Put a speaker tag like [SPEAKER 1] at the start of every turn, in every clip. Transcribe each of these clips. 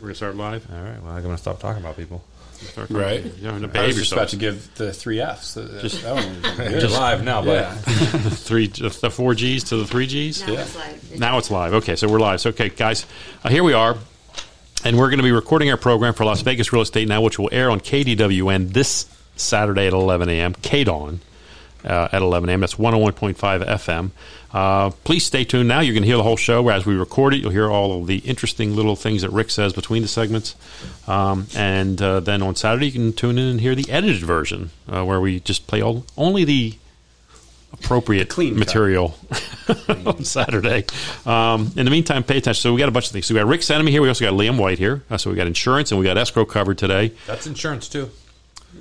[SPEAKER 1] We're gonna start live.
[SPEAKER 2] All right. Well, I'm going to stop talking about people.
[SPEAKER 1] Start talking.
[SPEAKER 3] Right.
[SPEAKER 1] You're having to
[SPEAKER 3] I
[SPEAKER 1] behave
[SPEAKER 3] was just about
[SPEAKER 1] yourself.
[SPEAKER 3] to give the three Fs. Uh, Just, that one was good.
[SPEAKER 2] Just live now, but
[SPEAKER 3] yeah.
[SPEAKER 1] Three, the four Gs to the three Gs.
[SPEAKER 3] Yeah.
[SPEAKER 4] it's like
[SPEAKER 1] Now it's live. Okay, so we're live. So, okay, guys, uh, here we are, and we're going to be recording our program for Las Vegas Real Estate Now, which will air on KDWN this Saturday at 11 a.m. KDON uh, at 11 a.m. That's 101.5 FM. Uh, please stay tuned. Now you can hear the whole show as we record it. You'll hear all of the interesting little things that Rick says between the segments, um, and uh, then on Saturday you can tune in and hear the edited version uh, where we just play all, only the appropriate
[SPEAKER 3] Clean cut.
[SPEAKER 1] material on Saturday. Um, in the meantime, pay attention. So we got a bunch of things. So we got Rick Sanema here. We also got Liam White here. Uh, so we got insurance and we got escrow covered today.
[SPEAKER 2] that's insurance too.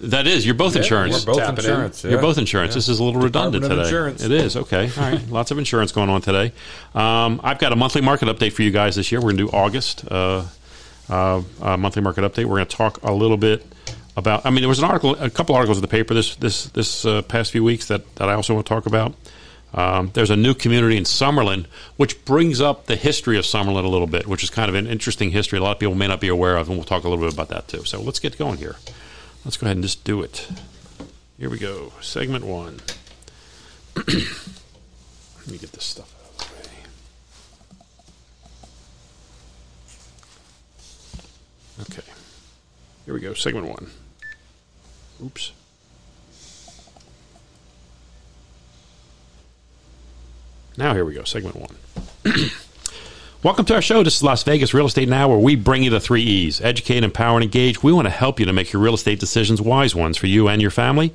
[SPEAKER 1] That is, you're both insurance.
[SPEAKER 2] We're both
[SPEAKER 3] Tap it in.
[SPEAKER 2] insurance. yeah.
[SPEAKER 1] You're both insurance.
[SPEAKER 2] Yeah.
[SPEAKER 1] This is a little redundant
[SPEAKER 2] Department of
[SPEAKER 1] today.
[SPEAKER 2] Insurance.
[SPEAKER 1] It is okay. All right, lots of insurance going on today. Um, I've got a monthly market update for you guys this year. We're going to do August uh, uh, uh, monthly market update. We're going to talk a little bit about. I mean, there was an article, a couple articles in the paper this this this uh, past few weeks that that I also want to talk about. Um, there's a new community in Summerlin, which brings up the history of Summerlin a little bit, which is kind of an interesting history. A lot of people may not be aware of, and we'll talk a little bit about that too. So let's get going here. Let's go ahead and just do it. Here we go. Segment one. Let me get this stuff out of the way. Okay. Here we go. Segment one. Oops. Now here we go. Segment one. Welcome to our show. This is Las Vegas Real Estate Now, where we bring you the three E's educate, empower, and engage. We want to help you to make your real estate decisions wise ones for you and your family.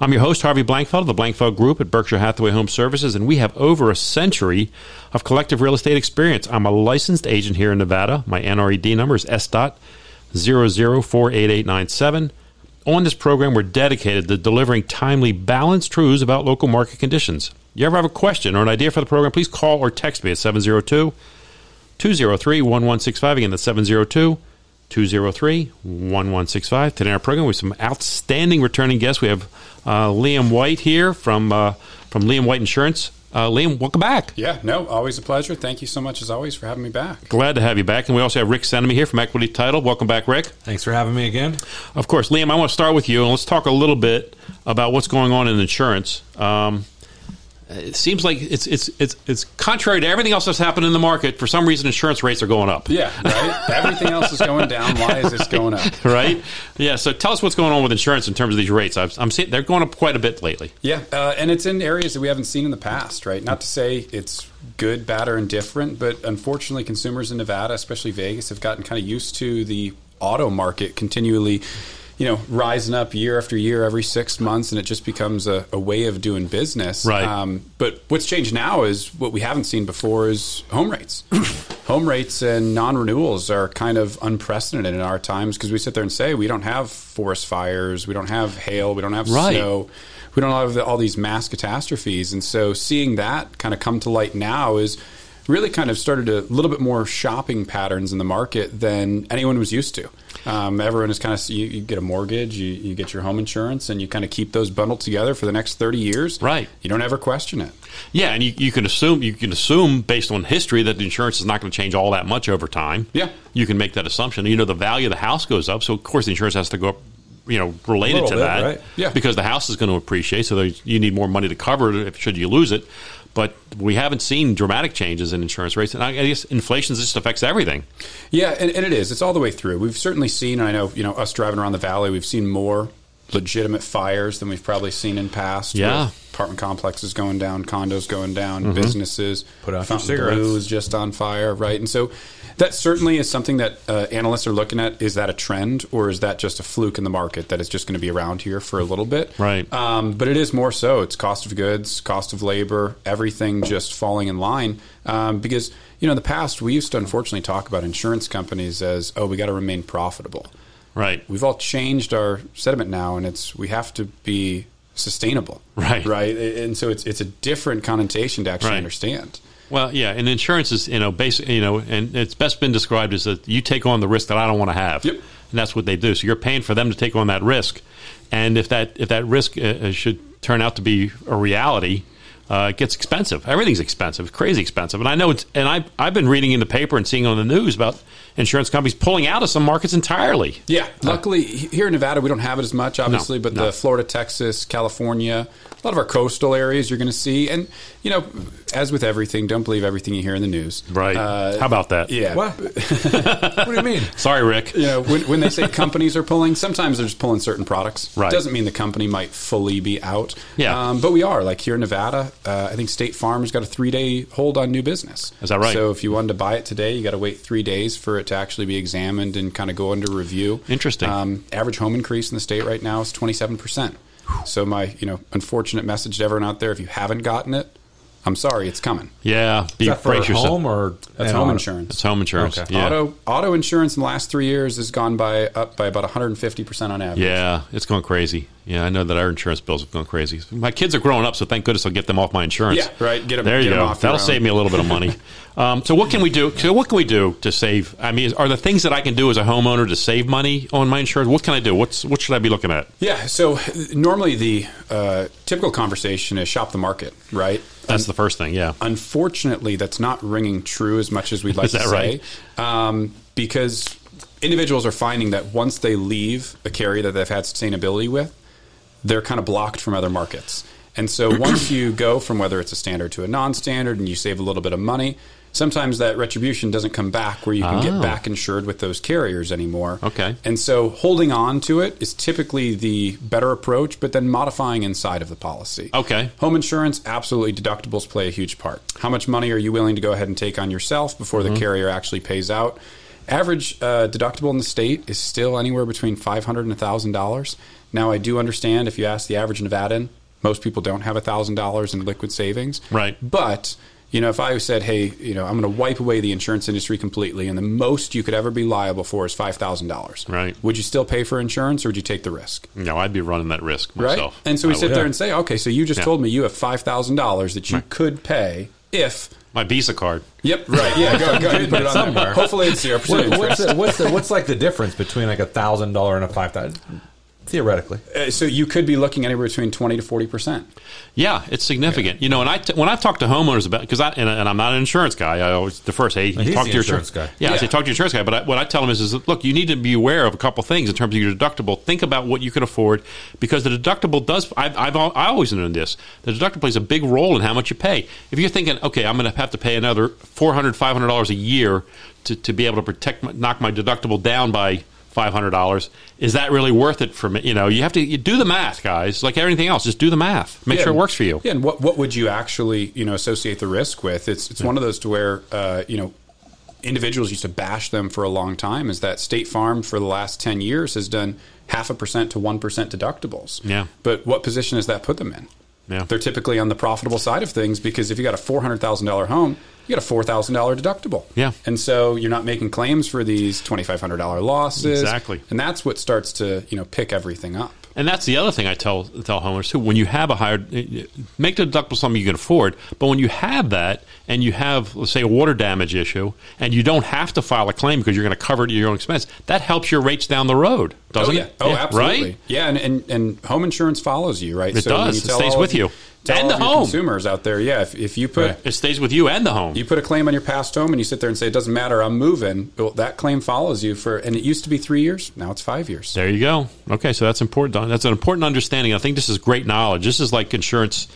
[SPEAKER 1] I'm your host, Harvey Blankfeld of the Blankfeld Group at Berkshire Hathaway Home Services, and we have over a century of collective real estate experience. I'm a licensed agent here in Nevada. My NRED number is S dot zero zero four eight eight nine seven. On this program, we're dedicated to delivering timely, balanced truths about local market conditions. You ever have a question or an idea for the program, please call or text me at 702 203 1165. Again, that's 702 203 1165. Today, in our program, we have some outstanding returning guests. We have uh, Liam White here from, uh, from Liam White Insurance. Uh, Liam, welcome back.
[SPEAKER 3] Yeah, no, always a pleasure. Thank you so much, as always, for having me back.
[SPEAKER 1] Glad to have you back. And we also have Rick Senemy here from Equity Title. Welcome back, Rick.
[SPEAKER 2] Thanks for having me again.
[SPEAKER 1] Of course, Liam, I want to start with you, and let's talk a little bit about what's going on in insurance. Um, it seems like it's it's it's it's contrary to everything else that's happened in the market. For some reason, insurance rates are going up.
[SPEAKER 3] Yeah, right? Everything else is going down. Why is this going up?
[SPEAKER 1] Right? Yeah. So tell us what's going on with insurance in terms of these rates. I've, I'm seeing they're going up quite a bit lately.
[SPEAKER 3] Yeah, uh, and it's in areas that we haven't seen in the past, right? Not to say it's good, bad, or indifferent, but unfortunately, consumers in Nevada, especially Vegas, have gotten kind of used to the auto market continually, you know, rising up year after year, every six months, and it just becomes a, a way of doing business. Um,
[SPEAKER 1] Right.
[SPEAKER 3] but what's changed now is what we haven't seen before is home rates. home rates and non-renewals are kind of unprecedented in our times because we sit there and say we don't have forest fires, we don't have hail, we don't have
[SPEAKER 1] Right.
[SPEAKER 3] snow we don't have the, all these mass catastrophes. And so seeing that kind of come to light now is really kind of started a little bit more shopping patterns in the market than anyone was used to. Um, everyone is kind of you, you get a mortgage, you, you get your home insurance, and you kind of keep those bundled together for the next thirty years.
[SPEAKER 1] Right.
[SPEAKER 3] You don't ever question it.
[SPEAKER 1] Yeah, and you, you can assume you can assume based on history that the insurance is not going to change all that much over time.
[SPEAKER 3] Yeah.
[SPEAKER 1] you can make that assumption. You know, the value of the house goes up, so of course the insurance has to go up. You know, related
[SPEAKER 2] Little
[SPEAKER 1] to
[SPEAKER 2] bit,
[SPEAKER 1] that,
[SPEAKER 2] right.
[SPEAKER 3] Yeah.
[SPEAKER 1] because the house is going to appreciate, so there- you need more money to cover it if should you lose it. But we haven't seen dramatic changes in insurance rates, and I guess inflation just affects everything.
[SPEAKER 3] Yeah, and, and it is. It's all the way through. We've certainly seen, and I know, you know, us driving around the valley, we've seen more legitimate fires than we've probably seen in past.
[SPEAKER 1] Yeah.
[SPEAKER 3] with Apartment complexes going down, condos going down, businesses.
[SPEAKER 2] Mm-hmm. Put out your
[SPEAKER 3] Fontainebleau
[SPEAKER 2] cigarettes.
[SPEAKER 3] is just on fire, right? And so that certainly is something that uh, analysts are looking at. Is that a trend or is that just a fluke in the market that it's just going to be around here for a little bit?
[SPEAKER 1] Right.
[SPEAKER 3] Um, but it is more so. It's cost of goods, cost of labor, everything just falling in line. Um, because, you know, in the past, we used to unfortunately talk about insurance companies as, oh, we got to remain profitable.
[SPEAKER 1] Right.
[SPEAKER 3] We've all changed our sentiment now, and it's we have to be sustainable.
[SPEAKER 1] Right.
[SPEAKER 3] Right. And so it's, it's a different connotation to actually
[SPEAKER 1] Right.
[SPEAKER 3] understand.
[SPEAKER 1] Well, yeah, and insurance is you know basic you know, and it's best been described as that you take on the risk that I don't want to have,
[SPEAKER 3] Yep.
[SPEAKER 1] and that's what they do. So you're paying for them to take on that risk, and if that if that risk uh, uh, should turn out to be a reality, Uh, it gets expensive. Everything's expensive, crazy expensive. And I know it's, and I, I've been reading in the paper and seeing on the news about insurance companies pulling out of some markets entirely.
[SPEAKER 3] Yeah, Uh, luckily he- here in Nevada we don't have it as much, obviously, but
[SPEAKER 1] no.
[SPEAKER 3] the Florida, Texas, California, a lot of our coastal areas you're going to see, and you know, as with everything, don't believe everything you hear in the news. Uh,
[SPEAKER 1] How about that?
[SPEAKER 3] yeah.
[SPEAKER 2] What? what do you mean?
[SPEAKER 1] Sorry, Rick.
[SPEAKER 3] You know, when, when they say companies are pulling, sometimes they're just pulling certain products.
[SPEAKER 1] Right.
[SPEAKER 3] Doesn't mean the company might fully be out.
[SPEAKER 1] Yeah.
[SPEAKER 3] Um, but we are. Like here in Nevada, uh, I think State Farm has got a three day hold on new business.
[SPEAKER 1] Is that right?
[SPEAKER 3] So if you wanted to buy it today, you got to wait three days for it to actually be examined and kind of go under review.
[SPEAKER 1] Interesting.
[SPEAKER 3] Um, average home increase in the state right now is 27%. So my, you know, unfortunate message to everyone out there, if you haven't gotten it, I'm sorry, it's coming.
[SPEAKER 1] Yeah. Be,
[SPEAKER 2] Is that for
[SPEAKER 1] brace yourself.
[SPEAKER 2] home or and
[SPEAKER 3] That's home
[SPEAKER 2] auto?
[SPEAKER 3] insurance.
[SPEAKER 1] It's home insurance.
[SPEAKER 2] Okay.
[SPEAKER 1] Yeah.
[SPEAKER 3] Auto auto insurance in the last three years has gone by up by about 150 percent on average.
[SPEAKER 1] Yeah, it's gone crazy. Yeah, I know that our insurance bills have gone crazy. My kids are growing up, so thank goodness I'll get them off my insurance.
[SPEAKER 3] Yeah, right. Get 'em-
[SPEAKER 1] there. you
[SPEAKER 3] get 'em
[SPEAKER 1] go.
[SPEAKER 3] off your
[SPEAKER 1] That'll
[SPEAKER 3] own.
[SPEAKER 1] save me a little bit of money. um, so what can we do? So what can we do to save? I mean, are the things that I can do as a homeowner to save money on my insurance? What can I do? What's what should I be looking at?
[SPEAKER 3] Yeah. So uh, normally the uh, typical conversation is shop the market, right?
[SPEAKER 1] That's the first thing. Yeah.
[SPEAKER 3] Unfortunately, that's not ringing true as much as we'd like
[SPEAKER 1] Is that
[SPEAKER 3] to say,
[SPEAKER 1] right?
[SPEAKER 3] um, because individuals are finding that once they leave a carrier that they've had sustainability with, they're kind of blocked from other markets. And so once you go from whether it's a standard to a non-standard and you save a little bit of money, sometimes that retribution doesn't come back where you can
[SPEAKER 1] Oh.
[SPEAKER 3] get back insured with those carriers anymore.
[SPEAKER 1] Okay.
[SPEAKER 3] And so holding on to it is typically the better approach, but then modifying inside of the policy.
[SPEAKER 1] Okay.
[SPEAKER 3] Home insurance, absolutely deductibles play a huge part. How much money are you willing to go ahead and take on yourself before
[SPEAKER 1] Mm-hmm.
[SPEAKER 3] the carrier actually pays out? Average uh, deductible in the state is still anywhere between five hundred and thousand dollars. Now, I do understand if you ask the average Nevadan, most people don't have thousand dollars in liquid savings.
[SPEAKER 1] Right.
[SPEAKER 3] But you know, if I said, "Hey, you know, I'm going to wipe away the insurance industry completely, and the most you could ever be liable for is five thousand dollars,"
[SPEAKER 1] Right.
[SPEAKER 3] Would you still pay for insurance, or would you take the risk?
[SPEAKER 1] No, I'd be running that risk
[SPEAKER 3] right?
[SPEAKER 1] myself.
[SPEAKER 3] And so we
[SPEAKER 1] I
[SPEAKER 3] sit
[SPEAKER 1] would.
[SPEAKER 3] there and say, okay, so you just
[SPEAKER 1] Yeah.
[SPEAKER 3] told me you have five thousand dollars that you could pay if.
[SPEAKER 1] my Visa card.
[SPEAKER 3] Yep. Right. Yeah. Go, go ahead and put it on
[SPEAKER 2] Somewhere.
[SPEAKER 3] there. Hopefully, it's zero
[SPEAKER 2] What,
[SPEAKER 3] percent
[SPEAKER 2] what's
[SPEAKER 3] interest.
[SPEAKER 2] the, what's the, what's like the difference between like a thousand dollar and a five thousand? Theoretically,
[SPEAKER 3] Uh, So you could be looking anywhere between twenty to forty percent.
[SPEAKER 1] Yeah, it's significant. You know, and I t- when I've talked to homeowners about because I and, and I'm not an insurance guy. I always the first hey,
[SPEAKER 2] he's
[SPEAKER 1] talk
[SPEAKER 2] the
[SPEAKER 1] to your
[SPEAKER 2] insurance
[SPEAKER 1] insur-
[SPEAKER 2] guy.
[SPEAKER 1] Yeah, I say
[SPEAKER 3] Yeah.
[SPEAKER 1] talk to your insurance guy. But I, what I tell them is, is that, look, you need to be aware of a couple things in terms of your deductible. Think about what you can afford because the deductible does. I've, I've al- I always known this. The deductible plays a big role in how much you pay. If you're thinking, okay, I'm going to have to pay another 400 500 dollars a year to, to be able to protect my, knock my deductible down by five hundred dollars. Is that really worth it for me? You know, you have to you do the math, guys. Like everything else, just do the math. Make sure it
[SPEAKER 3] and-
[SPEAKER 1] works for you.
[SPEAKER 3] Yeah, and what what would you actually you know associate the risk with? It's it's one of those to where uh, you know individuals used to bash them for a long time. Is that State Farm for the last ten years has done half a percent to one percent deductibles?
[SPEAKER 1] Yeah.
[SPEAKER 3] but what position has that put them in?
[SPEAKER 1] Yeah.
[SPEAKER 3] they're typically on the profitable side of things because if you got a four hundred thousand dollar home. You got a four thousand dollar deductible,
[SPEAKER 1] Yeah.
[SPEAKER 3] and so you're not making claims for these twenty five hundred dollar losses,
[SPEAKER 1] Exactly.
[SPEAKER 3] and that's what starts to you know pick everything up.
[SPEAKER 1] And that's the other thing I tell tell homeowners too. When you have a higher, eh, make the deductible something you can afford. But when you have that, and you have, let's say, a water damage issue, and you don't have to file a claim because you're going to cover it at your own expense, that helps your rates down the road, doesn't
[SPEAKER 3] oh, yeah.
[SPEAKER 1] it?
[SPEAKER 3] Oh,
[SPEAKER 1] Yeah,
[SPEAKER 3] absolutely.
[SPEAKER 1] Right?
[SPEAKER 3] Yeah, and, and, and home insurance follows you, right?
[SPEAKER 1] It
[SPEAKER 3] when
[SPEAKER 1] does. It
[SPEAKER 3] tell
[SPEAKER 1] stays
[SPEAKER 3] all of
[SPEAKER 1] with you.
[SPEAKER 3] tell
[SPEAKER 1] And
[SPEAKER 3] all
[SPEAKER 1] the
[SPEAKER 3] of your
[SPEAKER 1] home.
[SPEAKER 3] consumers out there, yeah, if, if you put
[SPEAKER 2] Right.
[SPEAKER 1] It stays with you and the home.
[SPEAKER 3] you put a claim on your past home and you sit there and say it doesn't matter, I'm moving. Well, that claim follows you for, and it used to be three years, now it's five years.
[SPEAKER 1] There you go. Okay, so that's important. Don. That's an important understanding. I think this is great knowledge. This is like insurance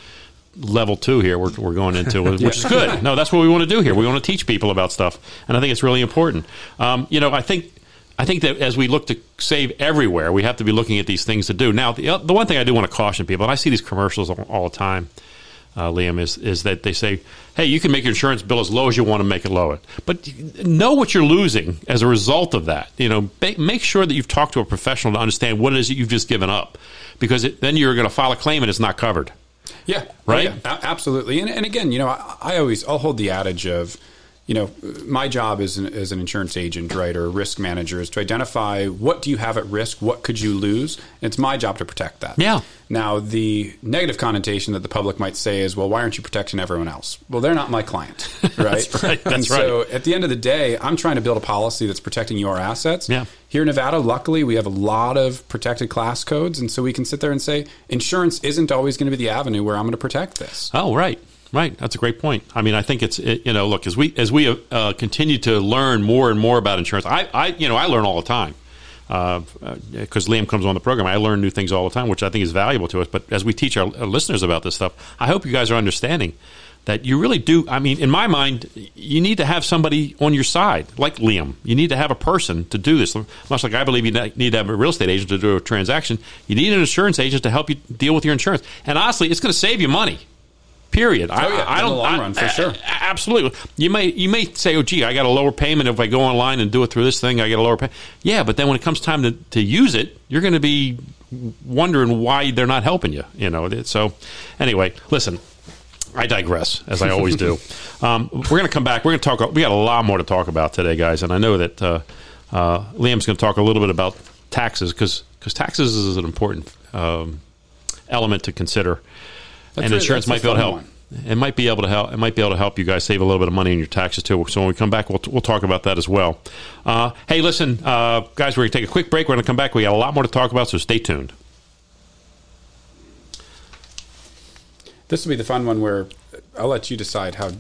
[SPEAKER 1] level two here we're, we're going into, which is good. No, that's what we want to do here. We want to teach people about stuff, and I think it's really important. Um, you know, I think I think that as we look to save everywhere, we have to be looking at these things to do. Now, the, the one thing I do want to caution people, and I see these commercials all, all the time uh, Liam, is is that they say, "Hey, you can make your insurance bill as low as you want to make it low." But know what you're losing as a result of that. You know, ba- make sure that you've talked to a professional to understand what it is that you've just given up, because it, then you're going to file a claim and it's not covered.
[SPEAKER 3] Oh, Yeah.
[SPEAKER 1] Right?
[SPEAKER 3] Yeah, a- absolutely. And, and again, you know, I, I always I'll hold the adage of, you know, my job as an, as an insurance agent, right, or a risk manager is to identify what do you have at risk, what could you lose. And it's my job to protect that.
[SPEAKER 1] Yeah.
[SPEAKER 3] Now, the negative connotation that the public might say is, well, why aren't you protecting everyone else? Well, they're not my client, right?
[SPEAKER 1] That's right.
[SPEAKER 3] and
[SPEAKER 1] That's
[SPEAKER 3] so
[SPEAKER 1] right.
[SPEAKER 3] at the end of the day, I'm trying to build a policy that's protecting your assets.
[SPEAKER 1] Yeah.
[SPEAKER 3] Here in Nevada, luckily, we have a lot of protected class codes, and so we can sit there and say insurance isn't always going to be the avenue where I'm going to protect this.
[SPEAKER 1] Oh, right. Right, that's a great point. I mean, I think it's it, you know, look as we as we uh, continue to learn more and more about insurance, I, I you know I learn all the time because uh, uh, 'cause Liam comes on the program. I learn new things all the time, which I think is valuable to us. But as we teach our, our listeners about this stuff, I hope you guys are understanding that you really do. I mean, in my mind, you need to have somebody on your side, like Liam. You need to have a person to do this. Much like I believe you need to have a real estate agent to do a transaction, you need an insurance agent to help you deal with your insurance. And honestly, it's going to save you money. Period. I,
[SPEAKER 3] Oh, yeah,
[SPEAKER 1] I
[SPEAKER 3] in
[SPEAKER 1] don't.
[SPEAKER 3] the long
[SPEAKER 1] I-
[SPEAKER 3] run, for sure.
[SPEAKER 1] a- Absolutely. You may you may say, "Oh, gee, I got a lower payment if I go online and do it through this thing. I get a lower pay." Yeah, but then when it comes time to, to use it, you're going to be wondering why they're not helping you. You know. it- So, anyway, listen. I digress, as I always do. Um, we're going to come back. We're going to talk. We got a lot more to talk about today, guys, and I know that uh, uh, Liam's going to talk a little bit about taxes because taxes is an important um, element to consider
[SPEAKER 3] That's
[SPEAKER 1] and
[SPEAKER 3] a-
[SPEAKER 1] insurance might
[SPEAKER 3] that's
[SPEAKER 1] be
[SPEAKER 3] a
[SPEAKER 1] able to
[SPEAKER 3] fun
[SPEAKER 1] help. It might be able to help. It might be able to help you guys save a little bit of money in your taxes too. So when we come back, we'll, we'll talk about that as well. Uh, hey, listen, uh, guys, we're gonna take a quick break. We're gonna come back. We got a lot more to talk about, so stay tuned.
[SPEAKER 3] This will be the fun one where I'll let you decide how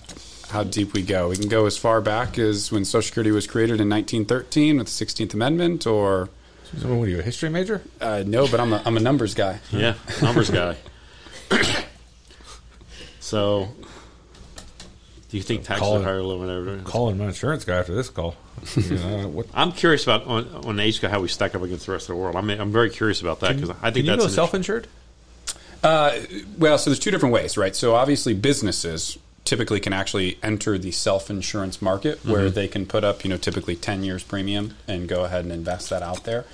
[SPEAKER 3] how deep we go. We can go as far back as when Social Security was created in 1913 with the 16th Amendment, or
[SPEAKER 2] So what are you, a history major?
[SPEAKER 3] uh, no, but I'm a, I'm a numbers guy.
[SPEAKER 1] Yeah, numbers guy. so, do you think taxes
[SPEAKER 2] Colin- are higher
[SPEAKER 1] than whatever?
[SPEAKER 2] Calling my insurance guy after this call. You know, what-
[SPEAKER 1] I'm curious about on, on ACE how we stack up against the rest of the world. I'm, I'm very curious about that because I
[SPEAKER 2] Can
[SPEAKER 1] think
[SPEAKER 2] you
[SPEAKER 1] that's
[SPEAKER 2] go
[SPEAKER 1] an issue.
[SPEAKER 2] self-insured?
[SPEAKER 3] Uh, well, so there's two different ways, right? So obviously, businesses typically can actually enter the self-insurance market where they can put up, you know, typically 10 years premium and go ahead and invest that out there.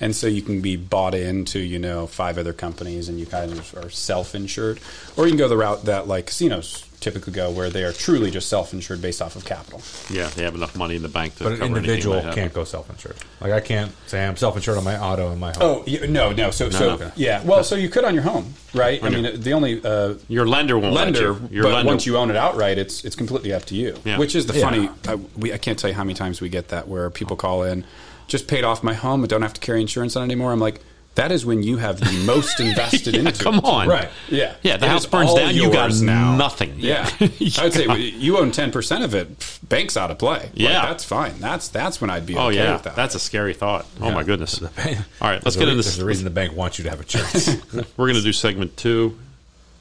[SPEAKER 3] And so you can be bought into, you know, five other companies and you kind of are self-insured. Or you can go the route that like casinos typically go where they are truly just self-insured based off of capital.
[SPEAKER 1] Yeah, they have enough money in the bank to
[SPEAKER 2] But an
[SPEAKER 1] cover anything
[SPEAKER 2] individual
[SPEAKER 1] that happens.
[SPEAKER 2] can't go self-insured. Like I can't say I'm self-insured on my auto and my home.
[SPEAKER 3] Oh, you, no, no. So, so
[SPEAKER 1] no.
[SPEAKER 3] yeah. Well, so you could on your home, right? I
[SPEAKER 1] On your-
[SPEAKER 3] mean, the only uh,
[SPEAKER 1] Your lender won't
[SPEAKER 3] lender,
[SPEAKER 1] let you. Your
[SPEAKER 3] but
[SPEAKER 1] lender-
[SPEAKER 3] once you own it outright, it's it's completely up to you.
[SPEAKER 1] Yeah.
[SPEAKER 3] Which is the
[SPEAKER 2] Yeah.
[SPEAKER 3] funny. I, we, I can't tell you how many times we get that where people call in, just paid off my home, I don't have to carry insurance on it anymore. I'm like, that is when you have the most invested
[SPEAKER 1] Yeah,
[SPEAKER 3] into.
[SPEAKER 1] come
[SPEAKER 3] it.
[SPEAKER 1] on.
[SPEAKER 2] Right.
[SPEAKER 3] Yeah.
[SPEAKER 1] Yeah, the
[SPEAKER 3] It
[SPEAKER 1] house
[SPEAKER 3] is
[SPEAKER 1] burns
[SPEAKER 3] all
[SPEAKER 1] down, you got
[SPEAKER 3] yours now.
[SPEAKER 1] nothing.
[SPEAKER 3] Yeah, I would say well, you own ten percent of it. pff, Bank's out of play. Like,
[SPEAKER 1] Yeah.
[SPEAKER 3] that's fine. That's that's when I'd be.
[SPEAKER 1] Oh
[SPEAKER 3] okay
[SPEAKER 1] yeah,
[SPEAKER 3] with that.
[SPEAKER 1] that's a scary thought. Oh my goodness. All right, let's
[SPEAKER 2] There's a
[SPEAKER 1] get
[SPEAKER 2] re-
[SPEAKER 1] into
[SPEAKER 2] There's
[SPEAKER 1] this.
[SPEAKER 2] a reason the bank wants you to have insurance.
[SPEAKER 1] We're going to do segment two,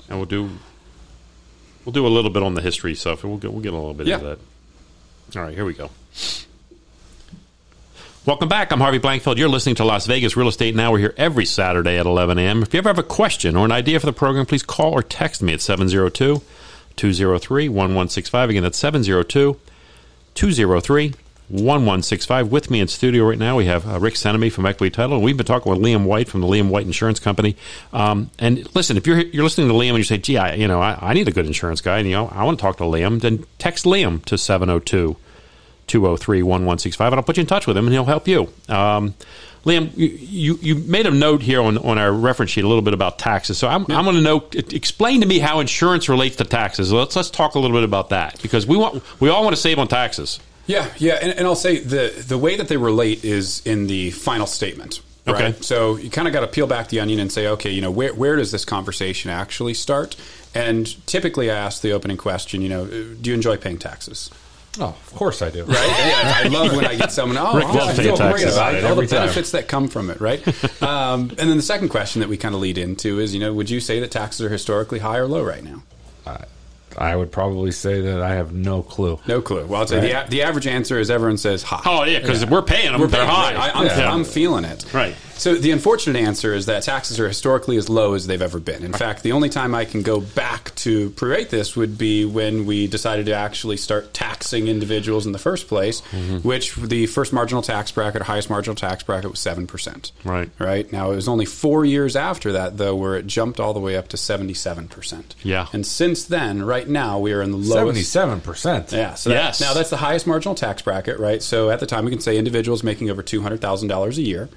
[SPEAKER 1] and we'll do we'll do a little bit on the history stuff, and we'll get, we'll get a little bit
[SPEAKER 3] Yeah.
[SPEAKER 1] into that. All right, here we go. Welcome back. I'm Harvey Blankfeld. You're listening to Las Vegas Real Estate Now. We're here every Saturday at 11 a.m. If you ever have a question or an idea for the program, please call or text me at 702 203 1165. Again, that's 702 203 1165. With me in studio right now, we have uh, Rick Senemy from Equity Title, and we've been talking with Liam White from the Liam White Insurance Company. Um, and listen, if you're you're listening to Liam and you say, gee, I, you know, I, I need a good insurance guy, and you know, I want to talk to Liam, then text Liam to 702 203 1165, and I'll put you in touch with him, and he'll help you. Um, Liam, you, you, you made a note here on, on our reference sheet a little bit about taxes. So I'm, I'm going to know. e, Explain to me how insurance relates to taxes. Let's let's talk a little bit about that because we want we all want to save on taxes.
[SPEAKER 3] Yeah, yeah, and, and I'll say the the way that they relate is in the final statement. Right?
[SPEAKER 1] Okay.
[SPEAKER 3] So you kind of got to peel back the onion and say, okay, you know, where where does this conversation actually start? And typically, I ask the opening question, you know, "Uh, do you enjoy paying taxes?
[SPEAKER 2] oh, of course I do.
[SPEAKER 3] Right? Yeah, I love when I get someone. Oh,
[SPEAKER 1] Rick
[SPEAKER 3] oh,
[SPEAKER 1] loves
[SPEAKER 3] I
[SPEAKER 1] paying
[SPEAKER 3] feel great
[SPEAKER 1] taxes.
[SPEAKER 3] about it. All
[SPEAKER 2] Every
[SPEAKER 3] the
[SPEAKER 2] time.
[SPEAKER 3] benefits that come from it, right? um, and then the second question that we kind of lead into is, you know, would you say that taxes are historically high or low right now?
[SPEAKER 2] I would probably say that I have no clue.
[SPEAKER 3] No clue. Well, I'll say
[SPEAKER 2] Right.
[SPEAKER 3] the, the average answer is everyone says high.
[SPEAKER 1] Oh yeah, because we're paying them. they're
[SPEAKER 3] paying-
[SPEAKER 1] high.
[SPEAKER 3] I, I'm,
[SPEAKER 1] Yeah.
[SPEAKER 3] I'm feeling it.
[SPEAKER 1] Right.
[SPEAKER 3] So the unfortunate answer is that taxes are historically as low as they've ever been. In fact, the only time I can go back to prerate this would be when we decided to actually start taxing individuals in the first place,
[SPEAKER 1] Mm-hmm.
[SPEAKER 3] which the first marginal tax bracket, or highest marginal tax bracket, was seven percent.
[SPEAKER 1] Right.
[SPEAKER 3] Right. Now it was only four years after that, though, where it jumped all the way up to seventy-seven percent.
[SPEAKER 1] Yeah.
[SPEAKER 3] And since then, right now, we are in the lowest.
[SPEAKER 2] Seventy-seven percent.
[SPEAKER 3] Yeah. So that-
[SPEAKER 1] Yes.
[SPEAKER 3] now that's the highest marginal tax bracket, right? So at the time, we can say individuals making over two hundred thousand dollars a year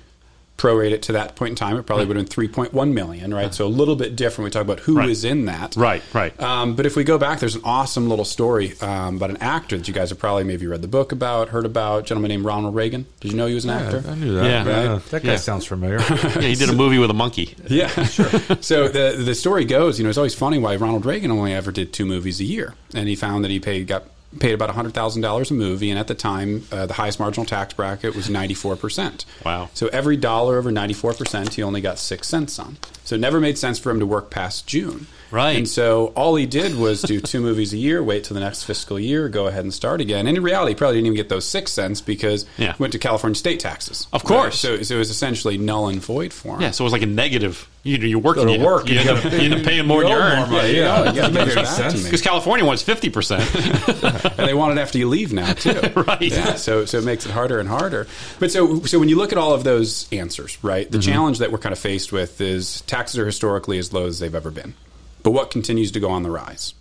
[SPEAKER 3] prorate it to that point in time, it probably would have been 3.1 million, right? So a little bit different. We talk about who is
[SPEAKER 1] Right.
[SPEAKER 3] in that.
[SPEAKER 1] Right, right.
[SPEAKER 3] Um, but if we go back, there's an awesome little story um, about an actor that you guys have probably maybe read the book about, heard about, a gentleman named Ronald Reagan. Did you know he was an actor?
[SPEAKER 2] I knew that.
[SPEAKER 1] Yeah.
[SPEAKER 2] Yeah,
[SPEAKER 1] Right.
[SPEAKER 2] That guy
[SPEAKER 1] Yeah.
[SPEAKER 2] sounds familiar.
[SPEAKER 1] Yeah, he did a movie with a monkey.
[SPEAKER 3] Yeah, sure. so the the story goes, you know, it's always funny why Ronald Reagan only ever did two movies a year, and he found that he paid got paid about hundred thousand dollars a movie, and at the time, uh, the highest marginal tax bracket was ninety four percent.
[SPEAKER 1] Wow.
[SPEAKER 3] So every dollar over ninety four percent, he only got six cents on. So it never made sense for him to work past June.
[SPEAKER 1] Right.
[SPEAKER 3] And so all he did was do two movies a year, wait till the next fiscal year, go ahead and start again. And in reality, he probably didn't even get those six cents because
[SPEAKER 1] Yeah.
[SPEAKER 3] it went to California state taxes.
[SPEAKER 1] Of course.
[SPEAKER 3] Right? So, so it was essentially null and void for him.
[SPEAKER 1] Yeah, so it was like a negative. You know, you're working.
[SPEAKER 2] Go to
[SPEAKER 1] you,
[SPEAKER 2] work,
[SPEAKER 1] You,
[SPEAKER 2] you
[SPEAKER 1] end up,
[SPEAKER 2] gotta-
[SPEAKER 1] you end up paying more
[SPEAKER 2] you
[SPEAKER 1] than you
[SPEAKER 2] owe more
[SPEAKER 1] earn.
[SPEAKER 2] money.
[SPEAKER 3] Right,
[SPEAKER 2] Yeah.
[SPEAKER 3] yeah, you
[SPEAKER 2] That
[SPEAKER 3] gotta give
[SPEAKER 2] makes
[SPEAKER 3] it back to
[SPEAKER 2] sense.
[SPEAKER 3] me.
[SPEAKER 1] Because California wants 50%.
[SPEAKER 3] and they want it after you leave now too.
[SPEAKER 1] Right.
[SPEAKER 3] Yeah. So so it makes it harder and harder. But so so when you look at all of those answers, right? The
[SPEAKER 1] Mm-hmm.
[SPEAKER 3] challenge that we're kind of faced with is taxes are historically as low as they've ever been. But what continues to go on the rise?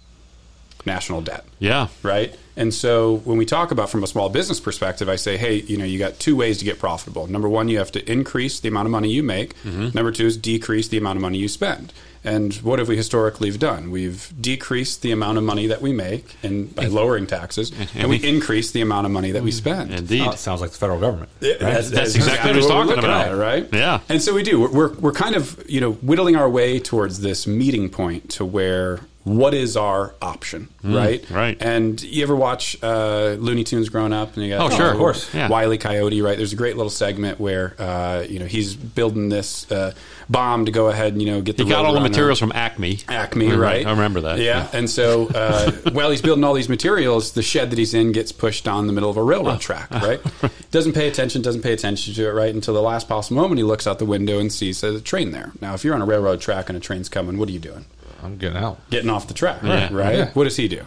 [SPEAKER 3] National debt
[SPEAKER 1] yeah.
[SPEAKER 3] right? And so when we talk about from a small business perspective, I say, hey, you know, you got two ways to get profitable. Number one, you have to increase the amount of money you make. Number two is decrease the amount of money you spend. And what have we historically done? We've decreased the amount of money that we make and by lowering taxes, and we Mm. increase the amount of money that we spend.
[SPEAKER 1] Indeed.
[SPEAKER 2] Oh, it sounds like the federal government.
[SPEAKER 3] That's,
[SPEAKER 1] that's exactly what
[SPEAKER 3] we're
[SPEAKER 1] he's talking
[SPEAKER 3] looking
[SPEAKER 1] about.
[SPEAKER 3] at, right?
[SPEAKER 1] Yeah.
[SPEAKER 3] And so we do. We're, we're we're kind of you know whittling our way towards this meeting point to where what is our option, right?
[SPEAKER 1] Mm, right.
[SPEAKER 3] And you ever watch uh, Looney Tunes growing up? And you got
[SPEAKER 1] Oh, sure, of course, yeah.
[SPEAKER 3] Wiley E. Coyote, right? There's a great little segment where uh, you know he's building this uh, bomb to go ahead and you know get the
[SPEAKER 1] He got all the
[SPEAKER 3] Roadrunner.
[SPEAKER 1] materials from Acme.
[SPEAKER 3] Acme,
[SPEAKER 1] I remember-
[SPEAKER 3] right?
[SPEAKER 1] I remember that.
[SPEAKER 3] Yeah. And so uh, while he's building all these materials, the shed that he's in gets pushed down the middle of a railroad track,
[SPEAKER 1] Ah.
[SPEAKER 3] right? doesn't pay attention, doesn't pay attention to it, right? Until the last possible moment, he looks out the window and sees there's a train there. Now, if you're on a railroad track and a train's coming, what are you doing?
[SPEAKER 2] I'm getting out.
[SPEAKER 3] Getting off the track,
[SPEAKER 1] Yeah.
[SPEAKER 3] right?
[SPEAKER 2] Yeah.
[SPEAKER 3] What does he do?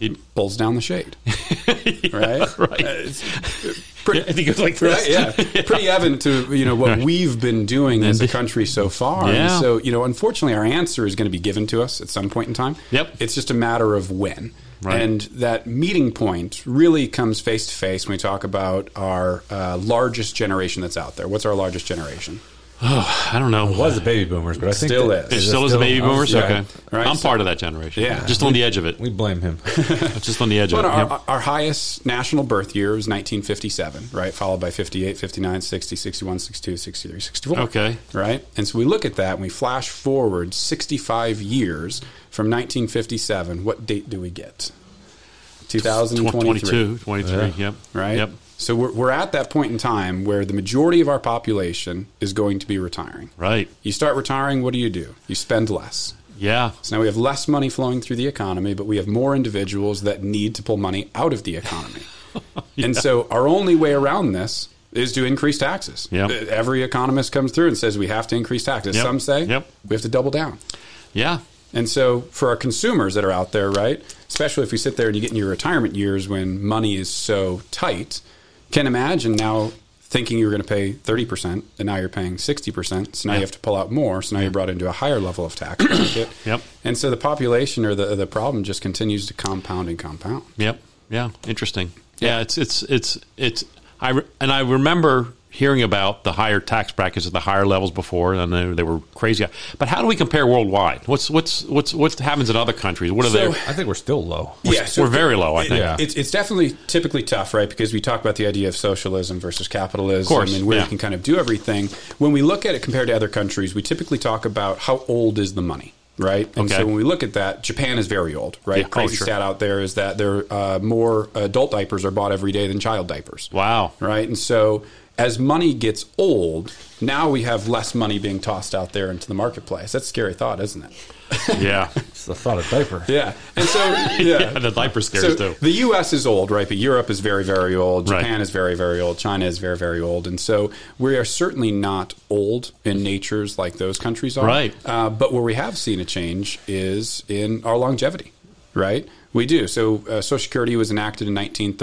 [SPEAKER 1] He-
[SPEAKER 3] Pulls down the shade, right?
[SPEAKER 1] right.
[SPEAKER 3] Uh, it's
[SPEAKER 1] Yeah, I think it was like
[SPEAKER 3] Right,
[SPEAKER 1] this.
[SPEAKER 3] yeah. Pretty evident to you know what we've been doing as a country so far. And
[SPEAKER 1] Yeah.
[SPEAKER 3] so you know, unfortunately, our answer is going to be given to us at some point in time.
[SPEAKER 1] Yep.
[SPEAKER 3] It's just a matter of when.
[SPEAKER 1] Right.
[SPEAKER 3] And that meeting point really comes face to face when we talk about our uh, largest generation that's out there. What's our largest generation?
[SPEAKER 1] Oh, I don't know.
[SPEAKER 2] Was the baby boomers, but I think
[SPEAKER 3] Still
[SPEAKER 2] that-
[SPEAKER 3] is.
[SPEAKER 1] It still is the baby boomers?
[SPEAKER 2] Yeah.
[SPEAKER 1] Okay.
[SPEAKER 3] Right,
[SPEAKER 1] I'm
[SPEAKER 3] so-
[SPEAKER 1] part of that generation.
[SPEAKER 3] Yeah.
[SPEAKER 1] Just on the edge of it.
[SPEAKER 2] We blame him.
[SPEAKER 1] Just on the edge of it.
[SPEAKER 3] Well,
[SPEAKER 1] Yep.
[SPEAKER 3] our, our highest national birth year was 1957, right? Followed by 58, 59, 60, 61, 62, 63, 64.
[SPEAKER 1] Okay.
[SPEAKER 3] Right? And so we look at that and we flash forward 65 years from 1957. What date do we get? 2023
[SPEAKER 1] 22, 23. Yep.
[SPEAKER 3] right?
[SPEAKER 1] Yep.
[SPEAKER 3] So we're, we're at that point in time where the majority of our population is going to be retiring.
[SPEAKER 1] Right.
[SPEAKER 3] You start retiring, what do you do? You spend less.
[SPEAKER 1] Yeah.
[SPEAKER 3] So now we have less money flowing through the economy, but we have more individuals that need to pull money out of the economy. And so our only way around this is to increase taxes.
[SPEAKER 1] Yep.
[SPEAKER 3] Every economist comes through and says we have to increase taxes.
[SPEAKER 1] Yep.
[SPEAKER 3] Some say
[SPEAKER 1] Yep.
[SPEAKER 3] we have to double down.
[SPEAKER 1] Yeah.
[SPEAKER 3] And so for our consumers that are out there, right, especially if you sit there and you get in your retirement years when money is so tight, can imagine now thinking you were going to pay 30% and now you're paying 60%. So now you have to pull out more. So now you're brought into a higher level of tax bracket.
[SPEAKER 1] Yep.
[SPEAKER 3] And so the population or the, the problem just continues to compound and compound.
[SPEAKER 1] Yep. Yeah. Interesting. Yeah. It's it's it's it's I re- and I remember hearing about the higher tax brackets at the higher levels before, and they, they were crazy. But how do we compare worldwide? What's what's what's what happens in other countries? What are
[SPEAKER 3] So-
[SPEAKER 1] they?
[SPEAKER 2] I think we're still low.
[SPEAKER 3] Yeah,
[SPEAKER 1] we're very low, I think.
[SPEAKER 2] Yeah.
[SPEAKER 3] It's, it's definitely typically tough, right? Because we talk about the idea of socialism versus capitalism
[SPEAKER 1] course,
[SPEAKER 3] and where
[SPEAKER 1] yeah.
[SPEAKER 3] you can kind of do everything. When we look at it compared to other countries, we typically talk about how old is the money, right? And
[SPEAKER 1] Okay.
[SPEAKER 3] so when we look at that, Japan is very old, right?
[SPEAKER 1] Yeah, oh,
[SPEAKER 3] Crazy
[SPEAKER 1] sure.
[SPEAKER 3] stat out there is that there uh, more adult diapers are bought every day than child diapers
[SPEAKER 1] Wow.
[SPEAKER 3] right? And so as money gets old, now we have less money being tossed out there into the marketplace. That's a scary thought, isn't it?
[SPEAKER 1] Yeah.
[SPEAKER 2] It's the thought of diaper.
[SPEAKER 3] Yeah. And so, yeah.
[SPEAKER 1] and the diaper scares too.
[SPEAKER 3] So the U.S. is old, right? But Europe is very, very old.
[SPEAKER 1] Right.
[SPEAKER 3] Japan is very, very old. China is very, very old. And so we are certainly not old in natures like those countries are.
[SPEAKER 1] Right.
[SPEAKER 3] Uh, but where we have seen a change is in our longevity, right? We do. So uh, Social Security was enacted in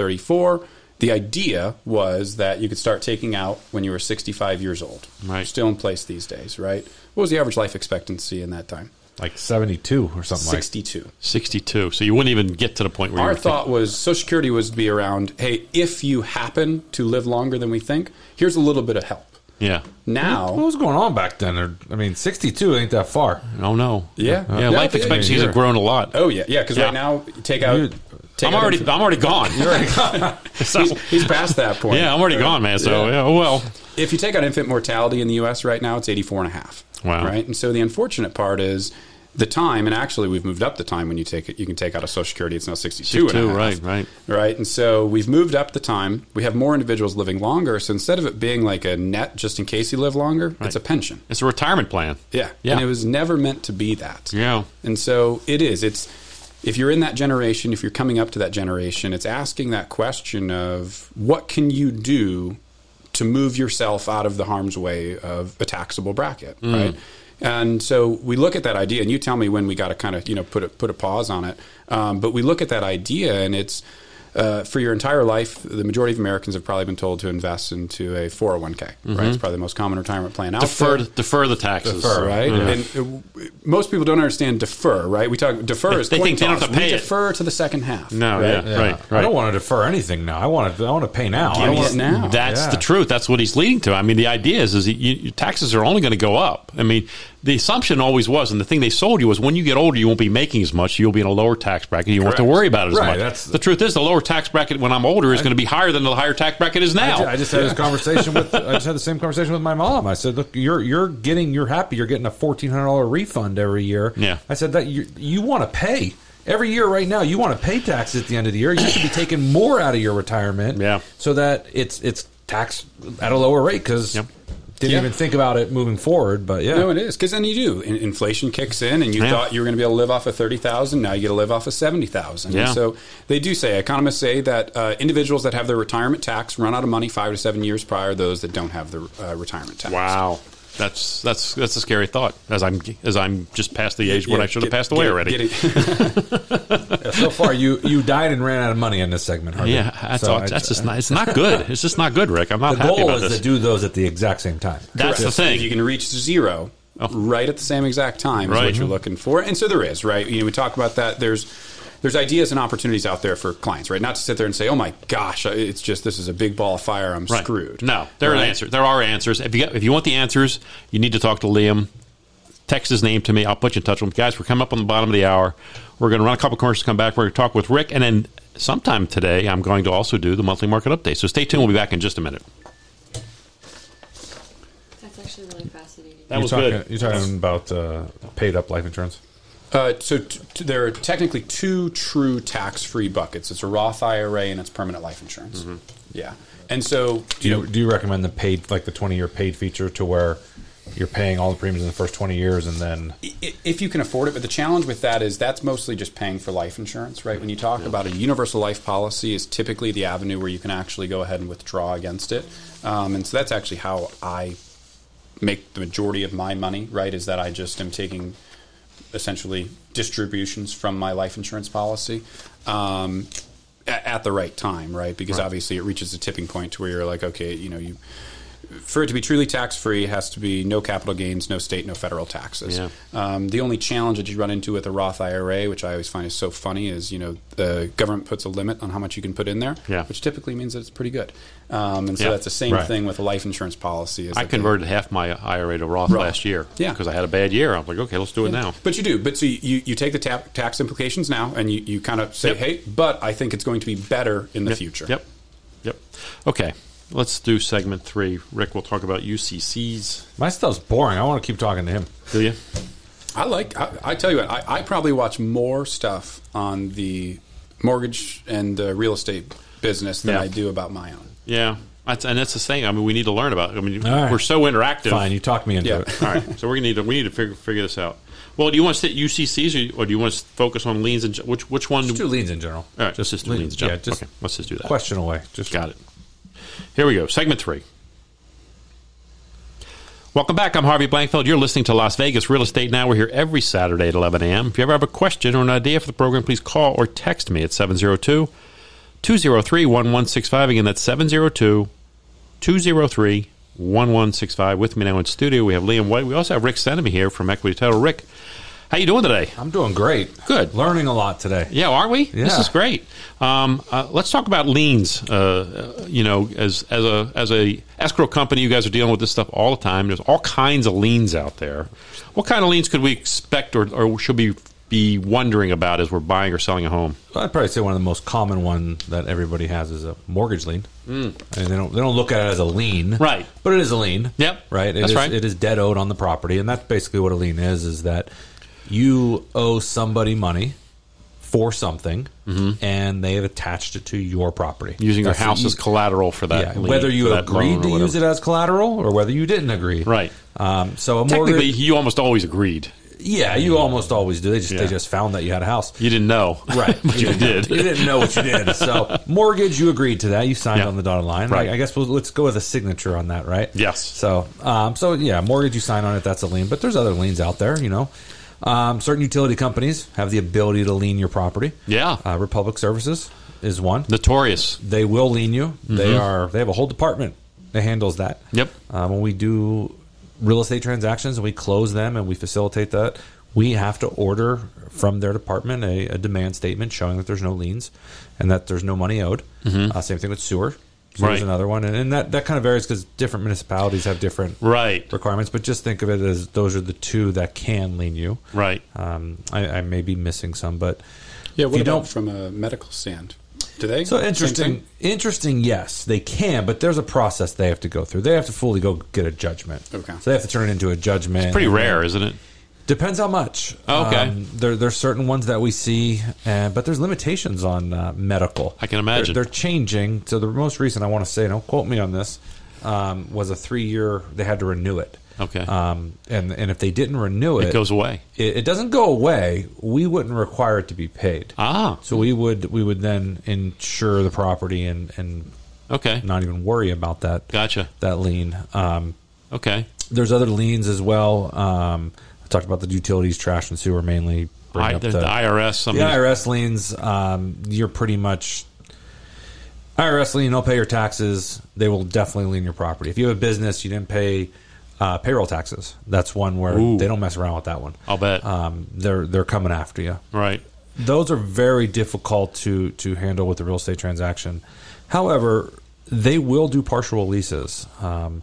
[SPEAKER 3] 1934. The idea was that you could start taking out when you were 65 years old.
[SPEAKER 1] Right.
[SPEAKER 3] Still in place these days, right? What was the average life expectancy in that time?
[SPEAKER 2] Like 72 or something
[SPEAKER 3] 62.
[SPEAKER 1] Sixty-two. So you wouldn't even get to the point where you
[SPEAKER 3] Our
[SPEAKER 1] were thinking-
[SPEAKER 3] thought was Social Security was to be around. Hey, if you happen to live longer than we think, here's a little bit of help.
[SPEAKER 1] Yeah.
[SPEAKER 3] Now,
[SPEAKER 2] What was going on back then? Or, I mean, 62 ain't that far.
[SPEAKER 1] Oh no.
[SPEAKER 3] Yeah.
[SPEAKER 1] Yeah.
[SPEAKER 3] Yeah,
[SPEAKER 1] life
[SPEAKER 3] yeah,
[SPEAKER 1] expectancies
[SPEAKER 2] yeah,
[SPEAKER 1] have grown a lot.
[SPEAKER 3] oh yeah, yeah, because
[SPEAKER 1] Yeah.
[SPEAKER 3] right now take out.
[SPEAKER 2] Dude,
[SPEAKER 3] take
[SPEAKER 1] I'm
[SPEAKER 3] out
[SPEAKER 1] already.
[SPEAKER 3] inf-
[SPEAKER 1] I'm already gone. So-
[SPEAKER 3] he's, he's past that point.
[SPEAKER 1] yeah, I'm already gone, man. So yeah. well,
[SPEAKER 3] if you take out infant mortality in the U.S. right now, it's 84 and a half.
[SPEAKER 1] Wow.
[SPEAKER 3] Right. And so the unfortunate part is the time, and actually we've moved up the time when you take it, you can take out a social security. It's now 62 and a
[SPEAKER 1] two,
[SPEAKER 3] half.
[SPEAKER 1] right, right.
[SPEAKER 3] Right. And so we've moved up the time. We have more individuals living longer. So instead of it being like a net just in case you live longer, it's a pension.
[SPEAKER 1] It's a retirement plan.
[SPEAKER 3] Yeah.
[SPEAKER 1] Yeah.
[SPEAKER 3] And it was never meant to be that.
[SPEAKER 1] Yeah.
[SPEAKER 3] And so it is. It's if you're in that generation, if you're coming up to that generation, it's asking that question of what can you do to move yourself out of the harm's way of a taxable bracket, right? And so we look at that idea, and you tell me when we got to kind of you know put a, put a pause on it. Um, but we look at that idea, and it's uh, for your entire life. The majority of Americans have probably been told to invest into a 401k, right? It's probably the most common retirement plan out
[SPEAKER 1] Defer,
[SPEAKER 3] there
[SPEAKER 1] defer Mm-hmm. the taxes.
[SPEAKER 3] defer, right?
[SPEAKER 1] Yeah.
[SPEAKER 3] And uh, most people don't understand defer, right? We talk defer is
[SPEAKER 1] They
[SPEAKER 3] coin
[SPEAKER 1] think they don't
[SPEAKER 3] toss.
[SPEAKER 1] have to
[SPEAKER 3] we
[SPEAKER 1] pay it.
[SPEAKER 3] defer to the second half.
[SPEAKER 1] No,
[SPEAKER 3] right?
[SPEAKER 1] yeah, right, right.
[SPEAKER 2] I don't want to defer anything now. I want to, I want to pay now. I
[SPEAKER 3] me
[SPEAKER 2] don't
[SPEAKER 3] it
[SPEAKER 2] wanna-
[SPEAKER 3] now. Yeah.
[SPEAKER 1] That's
[SPEAKER 2] Yeah.
[SPEAKER 1] the truth. That's what he's leading to. I mean, the idea is is that you, your taxes are only going to go up. I mean, the assumption always was, and the thing they sold you was when you get older, you won't be making as much. You'll be in a lower tax bracket. You won't have to
[SPEAKER 2] Correct.
[SPEAKER 1] worry about it as
[SPEAKER 2] Right,
[SPEAKER 1] much.
[SPEAKER 2] that's-
[SPEAKER 1] the truth is, the lower tax bracket when I'm older is going to be higher than the higher tax bracket is
[SPEAKER 2] I
[SPEAKER 1] now.
[SPEAKER 2] ju- I just had this conversation with. I just had the same conversation with my mom. I said, "Look, you're you're getting you're happy. You're getting a fourteen hundred dollar refund every year."
[SPEAKER 1] Yeah.
[SPEAKER 2] I said that you you want to pay every year right now. You want to pay taxes at the end of the year. You should be taking more out of your retirement.
[SPEAKER 1] Yeah.
[SPEAKER 2] so that it's it's taxed at a lower rate because
[SPEAKER 1] Yep.
[SPEAKER 2] didn't
[SPEAKER 3] Yeah.
[SPEAKER 2] even think about it moving forward. But yeah,
[SPEAKER 3] No, it is because then you do. In- inflation kicks in, and you
[SPEAKER 1] Yeah.
[SPEAKER 3] thought you were going to be able to live off of thirty thousand. Now you get to live off of seventy thousand.
[SPEAKER 1] Yeah.
[SPEAKER 3] So they do say economists say that uh, individuals that have their retirement tax run out of money five to seven years prior. Those that don't have the uh, retirement tax.
[SPEAKER 1] wow, that's that's that's a scary thought. As I'm as I'm just past the age when
[SPEAKER 3] Yeah,
[SPEAKER 1] I should have
[SPEAKER 3] get-
[SPEAKER 1] passed away
[SPEAKER 3] get-
[SPEAKER 1] already.
[SPEAKER 3] get it-
[SPEAKER 2] so far you you died and ran out of money in this segment. Harvey.
[SPEAKER 1] Yeah, that's,
[SPEAKER 2] So
[SPEAKER 1] all,
[SPEAKER 2] I-
[SPEAKER 1] that's just not, it's not good. It's just not good, Rick. I'm not
[SPEAKER 2] The
[SPEAKER 1] happy
[SPEAKER 2] goal
[SPEAKER 1] about
[SPEAKER 2] is
[SPEAKER 1] this.
[SPEAKER 2] to do those at the exact same time.
[SPEAKER 1] that's the
[SPEAKER 3] Correct. If you
[SPEAKER 1] thing. Oh.
[SPEAKER 3] can reach zero right at the same exact time is
[SPEAKER 1] Right.
[SPEAKER 3] what you're looking for. And so there is, right? You know, we talk about that. There's there's ideas and opportunities out there for clients, right? Not to sit there and say, "Oh my gosh, I- it's just this is a big ball of fire. I'm
[SPEAKER 1] Right.
[SPEAKER 3] screwed."
[SPEAKER 1] No, there are
[SPEAKER 3] Right?
[SPEAKER 1] answers. There are answers. If you got, if you want the answers, you need to talk to Liam. Text his name to me. I'll put you in touch with him. Guys, we're coming up on the bottom of the hour. We're going to run a couple commercials, come back. We're going to talk with Rick. And then sometime today, I'm going to also do the monthly market update. So stay tuned. We'll be back in just a minute.
[SPEAKER 4] That's actually really fascinating.
[SPEAKER 1] That
[SPEAKER 2] you're
[SPEAKER 1] was
[SPEAKER 2] talking,
[SPEAKER 1] good.
[SPEAKER 2] You're talking about uh, paid up life insurance.
[SPEAKER 3] Uh, so t- t- there are technically two true tax-free buckets. It's a Roth IRA and it's permanent life insurance.
[SPEAKER 1] Mm-hmm.
[SPEAKER 3] Yeah, and so
[SPEAKER 2] Do you, do you recommend the paid, like the 20 year paid feature to where you're paying all the premiums in the first 20 years and then.
[SPEAKER 3] i- if you can afford it. But the challenge with that is that's mostly just paying for life insurance, right? When you talk about a universal life policy, is typically the avenue where you can actually go ahead and withdraw against it, um, and so that's actually how I make the majority of my money. Right? Is that I just am taking essentially distributions from my life insurance policy. Um, a- at the right time, right? Because obviously it reaches a tipping point to where you're like, okay, you know, you for it to be truly tax free, it has to be no capital gains, no state, no federal taxes.
[SPEAKER 1] Yeah.
[SPEAKER 3] Um, the only challenge that you run into with a Roth IRA, which I always find is so funny, is you know the government puts a limit on how much you can put in there,
[SPEAKER 1] Yeah.
[SPEAKER 3] which typically means that it's pretty good. Um, and so
[SPEAKER 1] Yeah.
[SPEAKER 3] that's the same
[SPEAKER 2] Right.
[SPEAKER 3] thing with a life insurance policy. Is
[SPEAKER 1] I
[SPEAKER 3] that they-
[SPEAKER 1] converted half my IRA to Roth, last year.
[SPEAKER 3] Yeah.
[SPEAKER 1] Because I had a bad year. I was like, okay, let's do it now.
[SPEAKER 3] But you do. But so you, you take the ta- tax implications now and you, you kind of say,
[SPEAKER 1] Yep.
[SPEAKER 3] hey, but I think it's going to be better in the
[SPEAKER 1] Yep.
[SPEAKER 3] future.
[SPEAKER 1] Yep. Yep. Okay. Let's do segment three. Rick, we'll talk about UCCs.
[SPEAKER 2] My stuff's boring. I want to keep talking to him.
[SPEAKER 1] Do you?
[SPEAKER 3] I like. I, I tell you what. I, I probably watch more stuff on the mortgage and the real estate business than
[SPEAKER 1] Yeah.
[SPEAKER 3] I do about my own.
[SPEAKER 1] Yeah. That's, and that's the thing. I mean, we need to learn about. It. I mean,
[SPEAKER 2] All right.
[SPEAKER 1] we're so interactive.
[SPEAKER 2] Fine, you talked me into
[SPEAKER 3] Yeah.
[SPEAKER 2] it.
[SPEAKER 1] All right, so we're gonna need to we need to figure figure this out. Well, do you want to sit UCCs or, or do you want to focus on leans and ju- which which one?
[SPEAKER 2] Just do leans in general.
[SPEAKER 1] all right, just, just do
[SPEAKER 2] lean-
[SPEAKER 1] leans. John.
[SPEAKER 2] Yeah, just
[SPEAKER 1] okay, let's just do that.
[SPEAKER 2] question away. Just
[SPEAKER 1] Got it. Here we go. Segment three. Welcome back. I'm Harvey Blankfeld. You're listening to Las Vegas Real Estate Now. We're here every Saturday at 11 a.m. If you ever have a question or an idea for the program, please call or text me at 702 203 1165. Again, that's 702 203 1165. With me now in studio, we have Liam White. We also have Rick Senemy here from Equity Title. Rick, How you doing today?
[SPEAKER 2] I'm doing great.
[SPEAKER 1] Good.
[SPEAKER 2] Learning a lot today.
[SPEAKER 1] Yeah, aren't we? This
[SPEAKER 2] Yeah.
[SPEAKER 1] is great. Um, uh, let's talk about liens. Uh, uh, you know, as as a as a escrow company, you guys are dealing with this stuff all the time. There's all kinds of liens out there. What kind of liens could we expect, or, or should we be wondering about as we're buying or selling a home?
[SPEAKER 2] I'd probably say one of the most common one that everybody has is a mortgage lien. And they don't they don't look at it as a lien.
[SPEAKER 1] Mm. Right.
[SPEAKER 2] But it is a lien.
[SPEAKER 1] Yep.
[SPEAKER 2] Right. It
[SPEAKER 1] That's
[SPEAKER 2] is-
[SPEAKER 1] right.
[SPEAKER 2] it is dead owed on the property and that's basically what a lien is is that you owe somebody money for something and they have attached it to your property.
[SPEAKER 1] Mm-hmm. Using
[SPEAKER 2] That's
[SPEAKER 1] your house
[SPEAKER 2] the- e-
[SPEAKER 1] as collateral for that.
[SPEAKER 2] yeah,
[SPEAKER 1] lien,
[SPEAKER 2] whether you
[SPEAKER 1] for that loan
[SPEAKER 2] agreed
[SPEAKER 1] or
[SPEAKER 2] to
[SPEAKER 1] whatever.
[SPEAKER 2] use it as collateral or whether you didn't agree.
[SPEAKER 1] Right.
[SPEAKER 2] Um, so a
[SPEAKER 1] Technically,
[SPEAKER 2] mortgage,
[SPEAKER 1] you almost always agreed.
[SPEAKER 2] yeah, you almost always do. They just
[SPEAKER 1] Yeah.
[SPEAKER 2] they just found that you had a house.
[SPEAKER 1] You didn't know,
[SPEAKER 2] Right.
[SPEAKER 1] but you,
[SPEAKER 2] didn't-
[SPEAKER 1] did.
[SPEAKER 2] You didn't know what you did. So mortgage, you agreed to that. You signed
[SPEAKER 1] Yeah.
[SPEAKER 2] on the dotted line.
[SPEAKER 1] Right.
[SPEAKER 2] I, I guess we'll, let's go with a signature on that, right?
[SPEAKER 1] Yes.
[SPEAKER 2] So, um, so yeah, mortgage, you sign on it. That's a lien. But there's other liens out there, you know. Um, certain utility companies have the ability to lien your property.
[SPEAKER 1] Yeah.
[SPEAKER 2] Uh, Republic Services is one.
[SPEAKER 1] Notorious.
[SPEAKER 2] They will lien you. They are. They have a whole department that handles that.
[SPEAKER 1] Mm-hmm. Yep.
[SPEAKER 2] Uh, when we do real estate transactions and we close them and we facilitate that, we have to order from their department a, a demand statement showing that there's no liens and that there's no money owed. Uh, same thing with sewer. So
[SPEAKER 1] Mm-hmm. Right.
[SPEAKER 2] There's another one, and, and that, that kind of varies because different municipalities have different
[SPEAKER 1] Right.
[SPEAKER 2] requirements. But just think of it as those are the two that can lien you.
[SPEAKER 1] Right.
[SPEAKER 2] Um, I, I may be missing some, but
[SPEAKER 3] Yeah,
[SPEAKER 2] if
[SPEAKER 3] what
[SPEAKER 2] you
[SPEAKER 3] about
[SPEAKER 2] don't
[SPEAKER 3] from a medical stand? Do they?
[SPEAKER 2] so
[SPEAKER 3] Same
[SPEAKER 2] interesting.
[SPEAKER 3] thing?
[SPEAKER 2] Interesting. Yes, they can, but there's a process they have to go through. They have to fully go get a judgment.
[SPEAKER 3] Okay.
[SPEAKER 2] So they have to turn it into a judgment.
[SPEAKER 1] Pretty rare, isn't it?
[SPEAKER 2] Depends how much. Um,
[SPEAKER 1] Okay.
[SPEAKER 2] there, there's certain ones that we see, uh, but there's limitations on uh, medical.
[SPEAKER 1] I can imagine.
[SPEAKER 2] They're, they're changing. So the most recent, I want to say, don't quote me on this, um, was a three year. They had to renew it.
[SPEAKER 1] Okay.
[SPEAKER 2] Um, and and if they didn't renew it,
[SPEAKER 1] It goes away.
[SPEAKER 2] It, it doesn't go away. We wouldn't require it to be paid.
[SPEAKER 1] Ah.
[SPEAKER 2] So we would we would then insure the property and and
[SPEAKER 1] Okay.
[SPEAKER 2] not even worry about that
[SPEAKER 1] Gotcha.
[SPEAKER 2] that lien. Um,
[SPEAKER 1] Okay.
[SPEAKER 2] there's other liens as well. Um, I talked about the utilities, trash, and sewer mainly. Bring
[SPEAKER 1] I,
[SPEAKER 2] up
[SPEAKER 1] the, the IRS. Some
[SPEAKER 2] the
[SPEAKER 1] of these-
[SPEAKER 2] IRS liens, um, you're pretty much IRS lien. They'll pay your taxes. They will definitely lien your property. If you have a business, you didn't pay uh, payroll taxes. That's one where
[SPEAKER 1] Ooh.
[SPEAKER 2] they don't mess around with that one.
[SPEAKER 1] I'll bet.
[SPEAKER 2] um, they're they're coming after you.
[SPEAKER 1] Right.
[SPEAKER 2] Those are very difficult to to handle with the real estate transaction. However, they will do partial releases. Um,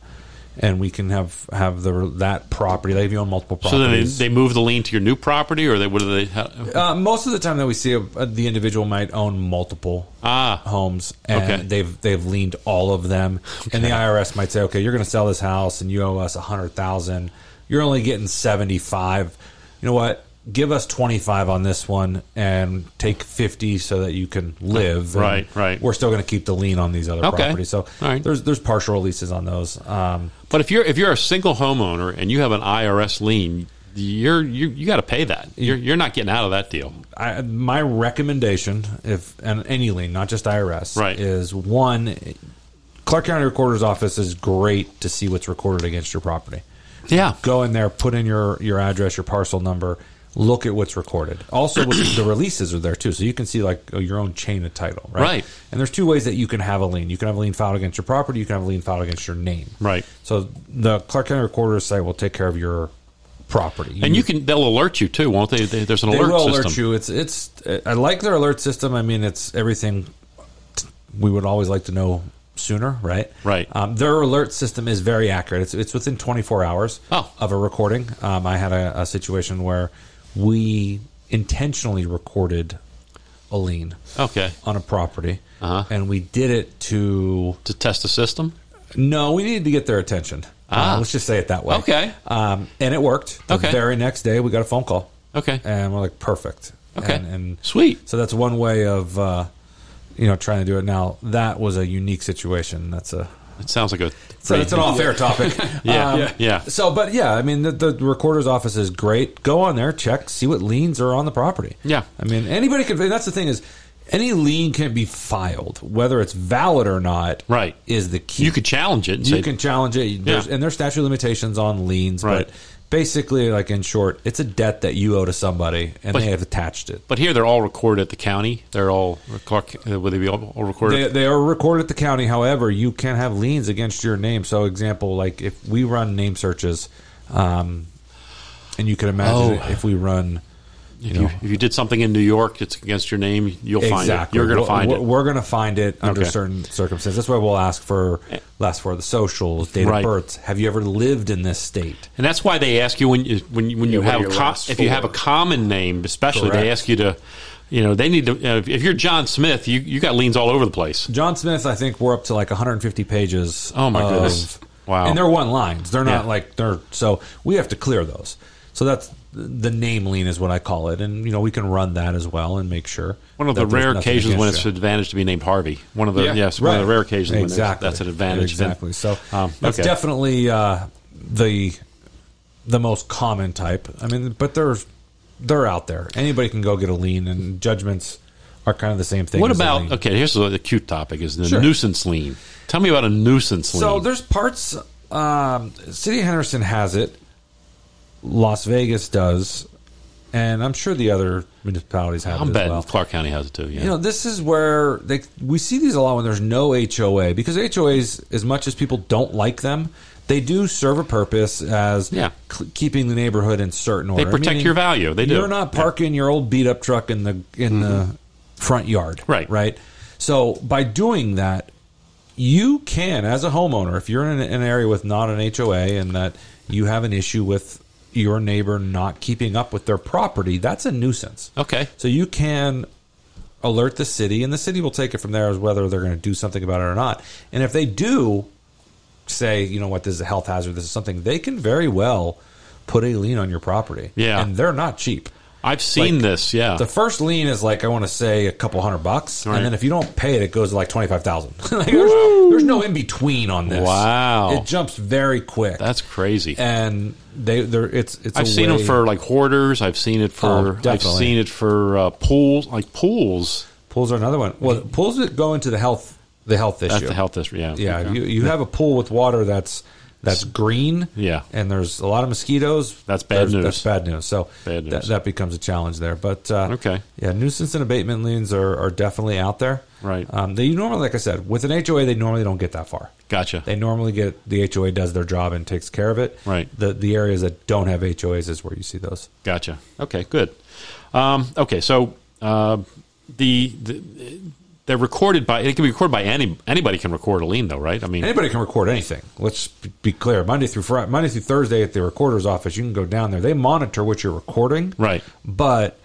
[SPEAKER 2] and we can have have the that property. They have you on multiple
[SPEAKER 1] So then they,
[SPEAKER 2] properties.
[SPEAKER 1] they move the lien to your new property, or they what do they? How,
[SPEAKER 2] Uh, most of the time that we see, uh, the individual might own multiple
[SPEAKER 1] Ah.
[SPEAKER 2] homes, and
[SPEAKER 1] Okay.
[SPEAKER 2] they've they've leaned all of them. And the IRS might say, okay, you're going to sell this house, and you owe us a hundred thousand. You're only getting seventy five. You know what? Give us twenty five on this one, and take fifty so that you can live. And
[SPEAKER 1] Right, right.
[SPEAKER 2] We're still going to keep the lien on these other
[SPEAKER 1] Okay.
[SPEAKER 2] properties. So
[SPEAKER 1] All right.
[SPEAKER 2] there's there's partial releases on those. Um,
[SPEAKER 1] but if you're if you're a single homeowner and you have an IRS lien, you're you you got to pay that. You're you're not getting out of that deal.
[SPEAKER 2] I, my recommendation, if and any lien, not just IRS,
[SPEAKER 1] Right.
[SPEAKER 2] is one. Clark County Recorder's office is great to see what's recorded against your property.
[SPEAKER 1] Yeah.
[SPEAKER 2] Go in there, put in your your address, your parcel number, look at what's recorded. Also, with the releases are there too, so you can see like oh, your own chain of title, right?
[SPEAKER 1] Right.
[SPEAKER 2] And there's two ways that you can have a lien. You can have a lien filed against your property. You can have a lien filed against your name.
[SPEAKER 1] Right.
[SPEAKER 2] So the Clark County Recorder's site will take care of your property.
[SPEAKER 1] And you can they'll alert you too, won't they? They- There's an
[SPEAKER 2] They
[SPEAKER 1] alert
[SPEAKER 2] will
[SPEAKER 1] system.
[SPEAKER 2] alert you. It's it's. I like their alert system. I mean, it's everything we would always like to know sooner, right?
[SPEAKER 1] Right.
[SPEAKER 2] Um, their alert system is very accurate. It's it's within 24 hours
[SPEAKER 1] Oh.
[SPEAKER 2] of a recording. Um, I had a, a situation where we intentionally recorded a lien
[SPEAKER 1] Okay.
[SPEAKER 2] on a property,
[SPEAKER 1] Uh-huh.
[SPEAKER 2] and we did it to
[SPEAKER 1] To test the system.
[SPEAKER 2] no, we needed to get their attention. Uh,
[SPEAKER 1] Ah.
[SPEAKER 2] let's just say it that way.
[SPEAKER 1] Okay.
[SPEAKER 2] Um, and it worked. The
[SPEAKER 1] Okay.
[SPEAKER 2] very next day, we got a phone call.
[SPEAKER 1] Okay.
[SPEAKER 2] And we're like, perfect.
[SPEAKER 1] Okay.
[SPEAKER 2] And, and
[SPEAKER 1] Sweet.
[SPEAKER 2] So that's one way of, uh, you know, trying to do it. Now, that was a unique situation. That's a.
[SPEAKER 1] It sounds like a
[SPEAKER 2] So it's an off-air topic.
[SPEAKER 1] Yeah,
[SPEAKER 2] Um,
[SPEAKER 1] yeah, yeah.
[SPEAKER 2] So, but yeah, I mean, the, the recorder's office is great. Go on there, check, see what liens are on the property.
[SPEAKER 1] Yeah.
[SPEAKER 2] I mean, anybody can. and That's the thing is, any lien can be filed, whether it's valid or not.
[SPEAKER 1] Right.
[SPEAKER 2] Is the key.
[SPEAKER 1] You could challenge it. And say,
[SPEAKER 2] You can challenge it. There's,
[SPEAKER 1] Yeah.
[SPEAKER 2] And there's statute of limitations on liens,
[SPEAKER 1] Right.
[SPEAKER 2] but basically, like in short, it's a debt that you owe to somebody, and
[SPEAKER 1] But-
[SPEAKER 2] they have attached it.
[SPEAKER 1] But here they're all recorded at the county. They're all Clark. Would they be all, all recorded?
[SPEAKER 2] They, they are recorded at the county. However, you can have liens against your name. So, example, like if we run name searches, um, And you can imagine
[SPEAKER 1] Oh.
[SPEAKER 2] if we run, you
[SPEAKER 1] If you,
[SPEAKER 2] know,
[SPEAKER 1] if you did something in New York that's against your name, you'll find it.
[SPEAKER 2] exactly.
[SPEAKER 1] You're going to
[SPEAKER 2] We're-
[SPEAKER 1] find
[SPEAKER 2] we're,
[SPEAKER 1] it.
[SPEAKER 2] We're going to find it under
[SPEAKER 1] Okay. Eh.
[SPEAKER 2] certain circumstances. That's why we'll ask for last four of the socials, date
[SPEAKER 1] Right.
[SPEAKER 2] of births. Have you ever lived in this state?
[SPEAKER 1] And that's why they ask you when you when you, when you
[SPEAKER 3] Yeah, what are
[SPEAKER 1] have
[SPEAKER 3] your
[SPEAKER 1] co-
[SPEAKER 3] last
[SPEAKER 1] if you
[SPEAKER 3] four?
[SPEAKER 1] have a common name, especially they
[SPEAKER 2] Correct.
[SPEAKER 1] ask you to, you know, they need to. Uh, if you're John Smith, you you got liens all over the place.
[SPEAKER 2] John Smith, I think we're up to like 150 pages.
[SPEAKER 1] Oh, my
[SPEAKER 2] of-
[SPEAKER 1] goodness. Wow.
[SPEAKER 2] And they're one lines. They're not
[SPEAKER 1] Yeah.
[SPEAKER 2] like they're so we have to clear those. So that's the name lien is what I call it, and you know we can run that as well and make sure.
[SPEAKER 1] One of
[SPEAKER 2] that
[SPEAKER 1] the
[SPEAKER 2] there's
[SPEAKER 1] rare
[SPEAKER 2] nothing
[SPEAKER 1] occasions when
[SPEAKER 2] against
[SPEAKER 1] it's
[SPEAKER 2] you.
[SPEAKER 1] an advantage to be named Harvey. One of the
[SPEAKER 3] Yeah,
[SPEAKER 1] yes, one of the rare occasions when there's- that's an advantage. Then-
[SPEAKER 2] Exactly. So
[SPEAKER 1] Um,
[SPEAKER 2] that's
[SPEAKER 1] okay.
[SPEAKER 2] definitely uh, the the most common type. I mean, but they're they're out there. Anybody can go get a lien, and judgments are kind of the same thing.
[SPEAKER 1] What
[SPEAKER 2] as a
[SPEAKER 1] about
[SPEAKER 2] lien.
[SPEAKER 1] okay? Here's the, the cute topic: is the
[SPEAKER 2] Sure.
[SPEAKER 1] nuisance lien. Tell me about a nuisance lien.
[SPEAKER 2] So there's parts. Um, City of Henderson has it. Las Vegas does, and I'm sure the other municipalities have
[SPEAKER 1] I'm
[SPEAKER 2] it as
[SPEAKER 1] betting
[SPEAKER 2] well.
[SPEAKER 1] Clark County has it too. Yeah.
[SPEAKER 2] You know, this is where they we see these a lot when there's no HOA because HOAs, as much as people don't like them, they do serve a purpose as
[SPEAKER 1] Yeah.
[SPEAKER 2] cl- keeping the neighborhood in certain order.
[SPEAKER 1] protect
[SPEAKER 2] Meaning
[SPEAKER 1] your value. They do.
[SPEAKER 2] You're not
[SPEAKER 1] Yeah. Mm-hmm.
[SPEAKER 2] parking your old beat up truck in the in the front yard,
[SPEAKER 1] Right.
[SPEAKER 2] Right. So by doing that, you can, as a homeowner, if you're in an area with not an HOA and that you have an issue with your neighbor not keeping up with their property, that's a nuisance.
[SPEAKER 1] okay.
[SPEAKER 2] So you can alert the city, and the city will take it from there as whether they're going to do something about it or not. And if they do say, you know what, this is a health hazard, this is something, they can very well put a lien on your property.
[SPEAKER 1] Yeah.
[SPEAKER 2] And they're not cheap.
[SPEAKER 1] I've seen
[SPEAKER 2] like,
[SPEAKER 1] this. Yeah.
[SPEAKER 2] The first lien is like I want to say a couple hundred bucks,
[SPEAKER 1] Right.
[SPEAKER 2] and then if you don't pay it, it goes to like twenty five thousand. like there's, there's no in between on this.
[SPEAKER 1] Wow.
[SPEAKER 2] it jumps very quick,
[SPEAKER 1] That's crazy.
[SPEAKER 2] and they they're it's it's. a
[SPEAKER 1] I've seen
[SPEAKER 2] way-
[SPEAKER 1] them for like hoarders. I've seen it
[SPEAKER 2] Oh,
[SPEAKER 1] for. I've
[SPEAKER 2] definitely.
[SPEAKER 1] seen it for uh, pools. Like pools.
[SPEAKER 2] pools are another one. Well, pools that go into the health the health issue.
[SPEAKER 1] That's the health issue. Yeah.
[SPEAKER 2] Yeah, you, you have a pool with water that's that's green.
[SPEAKER 1] Yeah.
[SPEAKER 2] and there's a lot of mosquitoes.
[SPEAKER 1] That's bad
[SPEAKER 2] There's-
[SPEAKER 1] news.
[SPEAKER 2] That's bad news. So
[SPEAKER 1] Bad news.
[SPEAKER 2] That, that becomes a challenge there. But uh,
[SPEAKER 1] Okay.
[SPEAKER 2] yeah, nuisance and abatement liens are, are definitely out there.
[SPEAKER 1] Right.
[SPEAKER 2] Um, they normally, like I said, with an HOA, they normally don't get that far.
[SPEAKER 1] Gotcha.
[SPEAKER 2] They normally get the HOA does their job and takes care of it.
[SPEAKER 1] Right.
[SPEAKER 2] The the areas that don't have HOAs is where you see those.
[SPEAKER 1] Gotcha. Okay, good. Um, okay, so uh, the, the they're recorded by it can be recorded by any anybody can record a lien though, right? I mean,
[SPEAKER 2] Anybody can record anything. Let's be clear. Monday through Friday, Monday through Thursday at the recorder's office, you can go down there. They monitor what you're recording.
[SPEAKER 1] Right.
[SPEAKER 2] But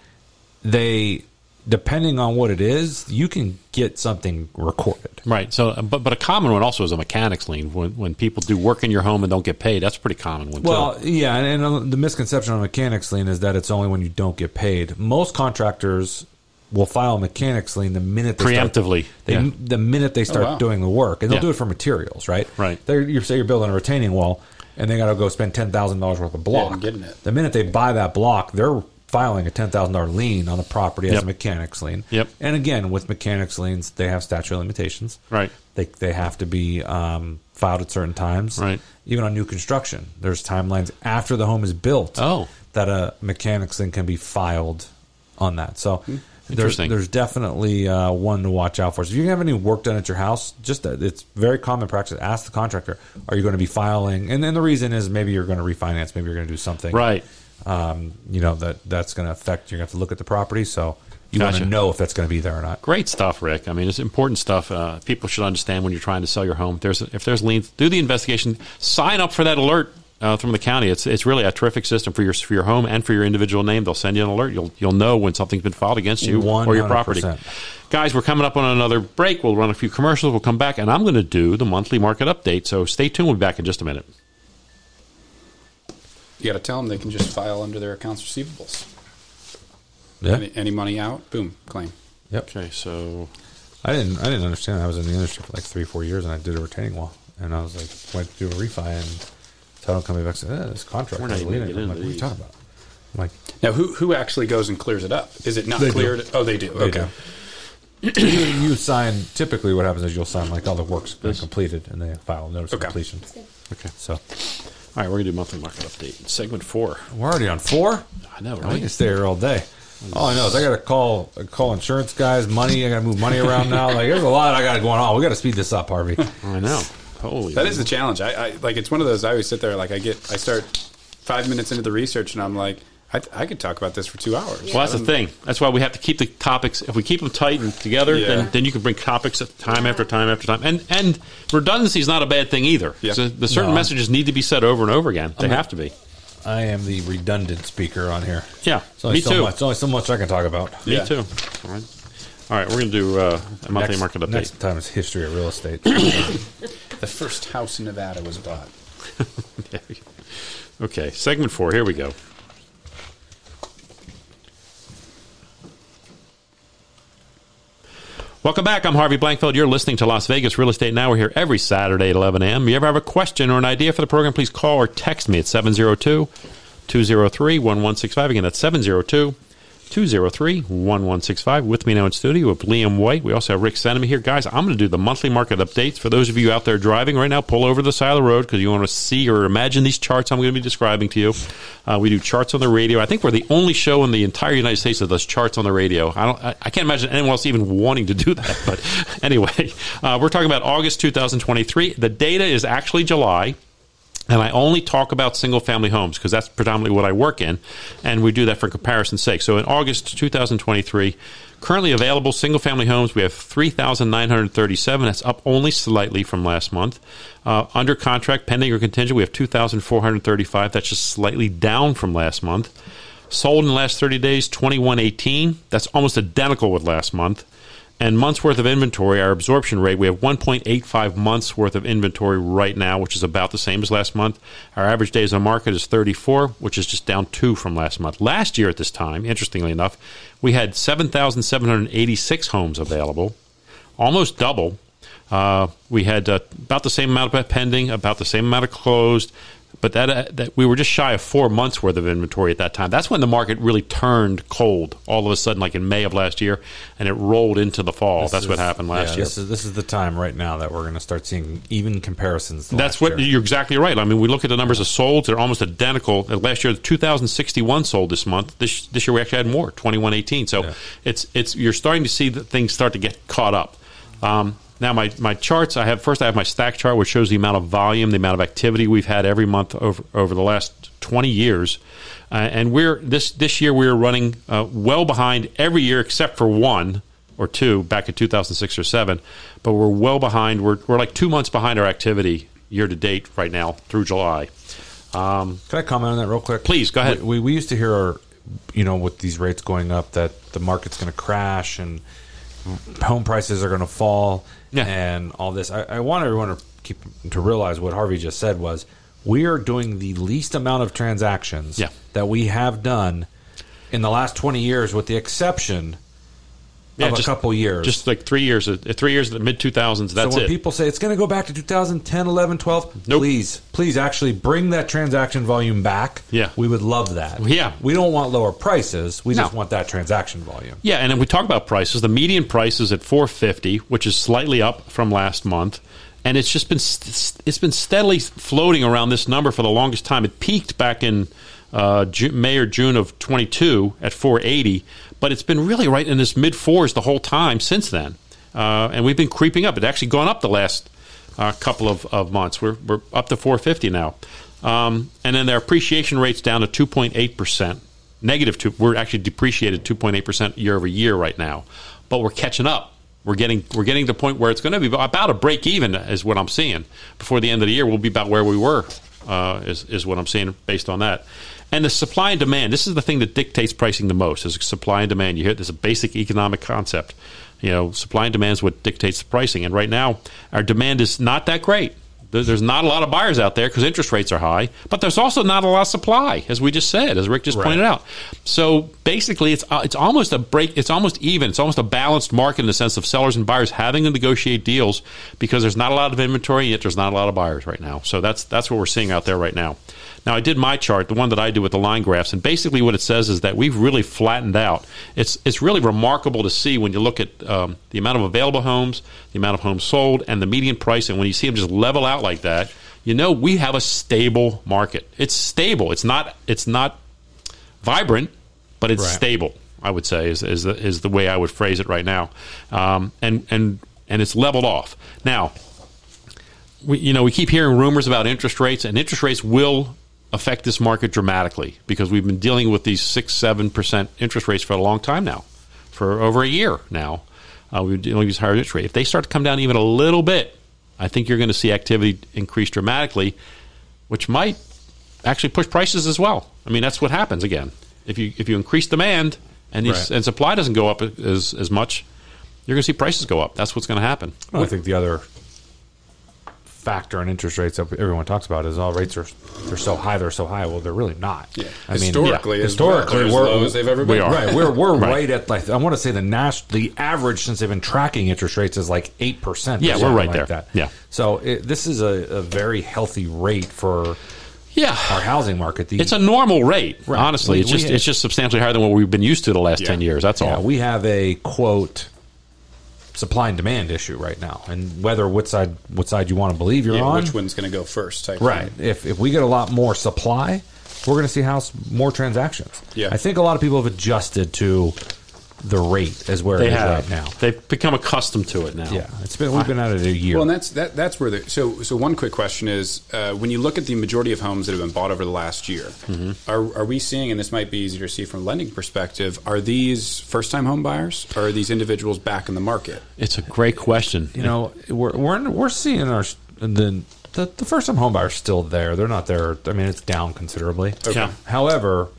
[SPEAKER 2] they depending on what it is, you can get something recorded.
[SPEAKER 1] right. So, uh, but but a common one also is a mechanics lien when when people do work in your home and don't get paid. That's a pretty common one.
[SPEAKER 2] Well,
[SPEAKER 1] too.
[SPEAKER 2] yeah, and, and the misconception on mechanics lien is that it's only when you don't get paid. Most contractors will file a mechanics lien the minute they start-
[SPEAKER 1] Preemptively,
[SPEAKER 2] they,
[SPEAKER 1] yeah.
[SPEAKER 2] the minute they start
[SPEAKER 3] Oh, wow.
[SPEAKER 2] doing the work, and they'll
[SPEAKER 1] Yeah.
[SPEAKER 2] do it for materials, right?
[SPEAKER 1] Right.
[SPEAKER 2] They're, you say you're building a retaining wall, and they got to go spend ten thousand dollars worth of block.
[SPEAKER 3] and getting it.
[SPEAKER 2] The minute they buy that block, they're filing a ten thousand dollar lien on the property as
[SPEAKER 1] Yep.
[SPEAKER 2] a mechanics lien.
[SPEAKER 1] Yep.
[SPEAKER 2] And again, with mechanics liens, they have statute of limitations.
[SPEAKER 1] Right.
[SPEAKER 2] They they have to be um, filed at certain times.
[SPEAKER 1] Right.
[SPEAKER 2] Even on new construction, there's timelines after the home is built.
[SPEAKER 1] Oh.
[SPEAKER 2] That a mechanics lien can be filed on that. So. There's,
[SPEAKER 1] Hmm. Interesting.
[SPEAKER 2] there's definitely uh, one to watch out for. So if you have any work done at your house, just that it's very common practice. Ask the contractor, are you going to be filing? And then the reason is maybe you're going to refinance, maybe you're going to do something,
[SPEAKER 1] right.
[SPEAKER 2] Um, you know that that's going to affect. You're going to have to look at the property, so you want
[SPEAKER 1] Gotcha.
[SPEAKER 2] to know if that's going to be there or not.
[SPEAKER 1] Great stuff, Rick. I mean, it's important stuff. Uh, people should understand when you're trying to sell your home. There's if there's liens, do the investigation. Sign up for that alert uh, from the county. It's it's really a terrific system for your for your home and for your individual name. They'll send you an alert. You'll you'll know when something's been filed against you or your property.
[SPEAKER 2] 100%.
[SPEAKER 1] Guys, we're coming up on another break. We'll run a few commercials. We'll come back, and I'm going to do the monthly market update. So stay tuned. We'll be back in just a minute.
[SPEAKER 3] You got to tell them they can just file under their accounts receivables.
[SPEAKER 2] Yeah.
[SPEAKER 3] Any, any money out, boom, claim.
[SPEAKER 2] Yep.
[SPEAKER 1] Okay, so
[SPEAKER 2] I didn't I didn't understand. I was in the industry for like three four years, and I did a retaining wall, and I was like went to do a refi, and title company back said eh, this contract.
[SPEAKER 1] We're not
[SPEAKER 2] is
[SPEAKER 1] even gonna get
[SPEAKER 2] lien. I'm
[SPEAKER 1] into
[SPEAKER 2] like, what are you
[SPEAKER 1] these.
[SPEAKER 2] talking about? I'm like
[SPEAKER 3] Now, who who actually goes and clears it up? Is it not
[SPEAKER 2] They do.
[SPEAKER 3] cleared? Oh, they do.
[SPEAKER 2] They
[SPEAKER 3] okay.
[SPEAKER 2] do. you, you sign. Typically, what happens is you'll sign like all the work's been completed, and they file a notice
[SPEAKER 3] Okay.
[SPEAKER 2] of completion.
[SPEAKER 1] okay.
[SPEAKER 2] So
[SPEAKER 1] All right, we're going to do monthly market update. Segment four.
[SPEAKER 2] we're already on four.
[SPEAKER 1] I know,
[SPEAKER 2] I can
[SPEAKER 1] right?
[SPEAKER 2] stay here all day. All I know is I got to call call insurance guys, money. I got to move money around now. Like there's a lot I got going on. Oh, We got to speed this up, Harvey.
[SPEAKER 1] I know. Holy.
[SPEAKER 3] That is the challenge. I, I like it's one of those. I always sit there like I get. I start five minutes into the research, and I'm like, I, I could talk about this for two hours.
[SPEAKER 1] Well, that's the thing. That's why we have to keep the topics. If we keep them tight and together,
[SPEAKER 3] Yeah.
[SPEAKER 1] then, then you can bring topics at time after time after time. And and redundancy is not a bad thing either.
[SPEAKER 3] Yeah.
[SPEAKER 1] So the certain
[SPEAKER 2] No.
[SPEAKER 1] messages need to be said over and over again. They have to be.
[SPEAKER 2] I am the redundant speaker on here.
[SPEAKER 1] Yeah,
[SPEAKER 2] It's only
[SPEAKER 1] me
[SPEAKER 2] so
[SPEAKER 1] too.
[SPEAKER 2] Much, it's only so much I can talk about.
[SPEAKER 1] Me
[SPEAKER 3] Yeah.
[SPEAKER 1] too. All right. All right, we're going to do uh, a monthly
[SPEAKER 2] next,
[SPEAKER 1] market update.
[SPEAKER 2] Next time is history of real estate.
[SPEAKER 3] The first house in Nevada was bought.
[SPEAKER 1] okay, segment four. Here we go. Welcome back. I'm Harvey Blankfeld. You're listening to Las Vegas Real Estate Now. We're here every Saturday at 11 a.m. If you ever have a question or an idea for the program, please call or text me at 702 203 1165. Again, that's 702 203 1165. With me now in studio with Liam White. We also have Rick Senema here. Guys, I'm going to do the monthly market updates. For those of you out there driving right now, pull over to the side of the road because you want to see or imagine these charts I'm going to be describing to you. Uh, we do charts on the radio. I think we're the only show in the entire United States that does charts on the radio. I, don't, I, I can't imagine anyone else even wanting to do that. But anyway, uh, we're talking about August 2023. The data is actually July and I only talk about single family homes because that's predominantly what I work in, and we do that for comparison's sake. So in August 2023, currently available single family homes, we have 3,937. That's up only slightly from last month. Uh, under contract, pending or contingent, we have 2,435. That's just slightly down from last month. Sold in the last 30 days, 2118. That's almost identical with last month. And months worth of inventory, our absorption rate, we have 1.85 months worth of inventory right now, which is about the same as last month. Our average days on market is 34, which is just down two from last month. Last year at this time, interestingly enough, we had 7,786 homes available, almost double. Uh, we had uh, about the same amount of pending, about the same amount of closed, but that, uh, that we were just shy of four months worth of inventory at that time. That's when the market really turned cold all of a sudden, like in May of last year, and it rolled into the fall. That's what happened last
[SPEAKER 2] yeah,
[SPEAKER 1] year.
[SPEAKER 2] This is, this is the time right now that we're going to start seeing even comparisons. to
[SPEAKER 1] That's
[SPEAKER 2] last
[SPEAKER 1] what
[SPEAKER 2] year.
[SPEAKER 1] you're exactly right. I mean, we look at the numbers of sold; they're almost identical. And Last year, 2,061 sold this month. This this year, we actually had more, 2118. So
[SPEAKER 2] Yeah.
[SPEAKER 1] it's it's you're starting to see that things start to get caught up. Um, now, my my charts. I have first. I have my stack chart, which shows the amount of volume, the amount of activity we've had every month over over the last 20 years, uh, and we're this this year we are running uh, well behind every year except for one or two back in 2006 or 7 but we're well behind we're, we're like two months behind our activity year to date right now through july
[SPEAKER 2] Can I comment on that real quick?
[SPEAKER 1] Please, go ahead.
[SPEAKER 2] We, we, we used to hear, you know, with these rates going up, that the market's going to crash and home prices are going to fall
[SPEAKER 1] Yeah.
[SPEAKER 2] and all this. I, I want everyone to keep to realize what Harvey just said was we are doing the least amount of transactions
[SPEAKER 1] Yeah.
[SPEAKER 2] that we have done in the last twenty years, with the exception
[SPEAKER 1] Yeah,
[SPEAKER 2] of
[SPEAKER 1] just-
[SPEAKER 2] a couple years.
[SPEAKER 1] just like three years uh, three years of the mid 2000s that's
[SPEAKER 2] so when
[SPEAKER 1] it
[SPEAKER 2] people say it's going to go back to 2010, 11, 12,
[SPEAKER 1] Nope.
[SPEAKER 2] please, please actually bring that transaction volume back.
[SPEAKER 1] Yeah.
[SPEAKER 2] We would love that.
[SPEAKER 1] Yeah.
[SPEAKER 2] We don't want lower prices. We just
[SPEAKER 1] No.
[SPEAKER 2] want that transaction volume.
[SPEAKER 1] Yeah, and if we talk about prices, the median price is at 450, which is slightly up from last month, and it's just been st- it's been steadily floating around this number for the longest time. It peaked back in uh, Ju- May or June of 22 at 480, but it's been really right in this mid fours the whole time since then, uh, and we've been creeping up. It's actually gone up the last uh, couple of, of months. We're, we're up to 450 now. Um, and then their appreciation rate's down to 2.8%. Negative two. We're actually depreciated 2.8% year over year right now. But we're catching up. We're getting we're getting to the point where it's going to be about a break even is what I'm seeing. Before the end of the year, we'll be about where we were uh, is is what I'm seeing based on that. And the supply and demand. This is the thing that dictates pricing the most is supply and demand. You hear this is a basic economic concept. You know, supply and demand is what dictates the pricing. And right now, our demand is not that great. There- There's not a lot of buyers out there because interest rates are high, but there's also not a lot of supply, as we just said, as Rick just
[SPEAKER 2] Right.
[SPEAKER 1] pointed out. So basically, it's uh, it's almost a break. It's almost even. It's almost a balanced market in the sense of sellers and buyers having to negotiate deals because there's not a lot of inventory yet. There's not a lot of buyers right now. So that's that's what we're seeing out there right now. Now I did my chart, the one that I do with the line graphs, and basically what it says is that we've really flattened out. It's it's really remarkable to see when you look at um, the amount of available homes, the amount of homes sold, and the median price. And when you see them just level out like that, you know we have a stable market. It's stable. It's not it's not vibrant, but it's
[SPEAKER 2] Right.
[SPEAKER 1] stable. I would say is is the, is the way I would phrase it right now, um, and and and it's leveled off now we, you know, we keep hearing rumors about interest rates, and interest rates will affect this market dramatically because we've been dealing with these six, seven percent interest rates for a long time now, for over a year now. Uh, we've been dealing with these higher interest rates. If they start to come down even a little bit, I think you're going to see activity increase dramatically, which might actually push prices as well. I mean, that's what happens again. If you if you increase demand and these,
[SPEAKER 3] Right.
[SPEAKER 1] and supply doesn't go up as as much, you're going to see prices go up. That's what's going to happen.
[SPEAKER 2] I think the other factor in interest rates that everyone talks about is all rates are they're so high, they're so high. Well, they're really not.
[SPEAKER 3] Yeah.
[SPEAKER 2] I mean,
[SPEAKER 3] Historically, as well,
[SPEAKER 2] historically,
[SPEAKER 3] they're as
[SPEAKER 2] we're,
[SPEAKER 3] low as they've ever been.
[SPEAKER 1] we are.
[SPEAKER 2] Right, we're we're
[SPEAKER 1] Right.
[SPEAKER 2] right, at like I want to say the nas- the average since they've been tracking interest rates is like eight percent.
[SPEAKER 1] Yeah, we're right
[SPEAKER 2] like
[SPEAKER 1] there.
[SPEAKER 2] That.
[SPEAKER 1] Yeah.
[SPEAKER 2] so it, this is a, a very healthy rate for
[SPEAKER 1] Yeah.
[SPEAKER 2] our housing market. The,
[SPEAKER 1] It's a normal rate, honestly.
[SPEAKER 2] We-
[SPEAKER 1] it's just
[SPEAKER 2] we-
[SPEAKER 1] it's just substantially higher than what we've been used to the last
[SPEAKER 3] Yeah.
[SPEAKER 1] ten years. That's
[SPEAKER 2] Yeah,
[SPEAKER 1] all.
[SPEAKER 2] we have a quote supply and demand issue right now, and whether what side what side you want to believe you're
[SPEAKER 3] Yeah,
[SPEAKER 2] on,
[SPEAKER 3] which one's going to go first? Type
[SPEAKER 2] right?
[SPEAKER 3] thing.
[SPEAKER 2] If if we get a lot more supply, we're going to see house more transactions.
[SPEAKER 3] Yeah.
[SPEAKER 2] I think a lot of people have adjusted to the rate as where it
[SPEAKER 1] they
[SPEAKER 2] is
[SPEAKER 1] have
[SPEAKER 2] right now.
[SPEAKER 1] They've become accustomed to it now.
[SPEAKER 2] Yeah, it's been we've been at it a year.
[SPEAKER 3] Well, and that's that. That's where the so so. One quick question is: uh, when you look at the majority of homes that have been bought over the last year,
[SPEAKER 2] Mm-hmm.
[SPEAKER 3] are, are we seeing? And this might be easier to see from a lending perspective. Are these first-time home buyers? Or are these individuals back in the market?
[SPEAKER 1] It's a great question.
[SPEAKER 2] you know, we're we're we're seeing our the the, the first time homebuyers still there. They're not there. I mean, it's down considerably.
[SPEAKER 1] Yeah.
[SPEAKER 2] However,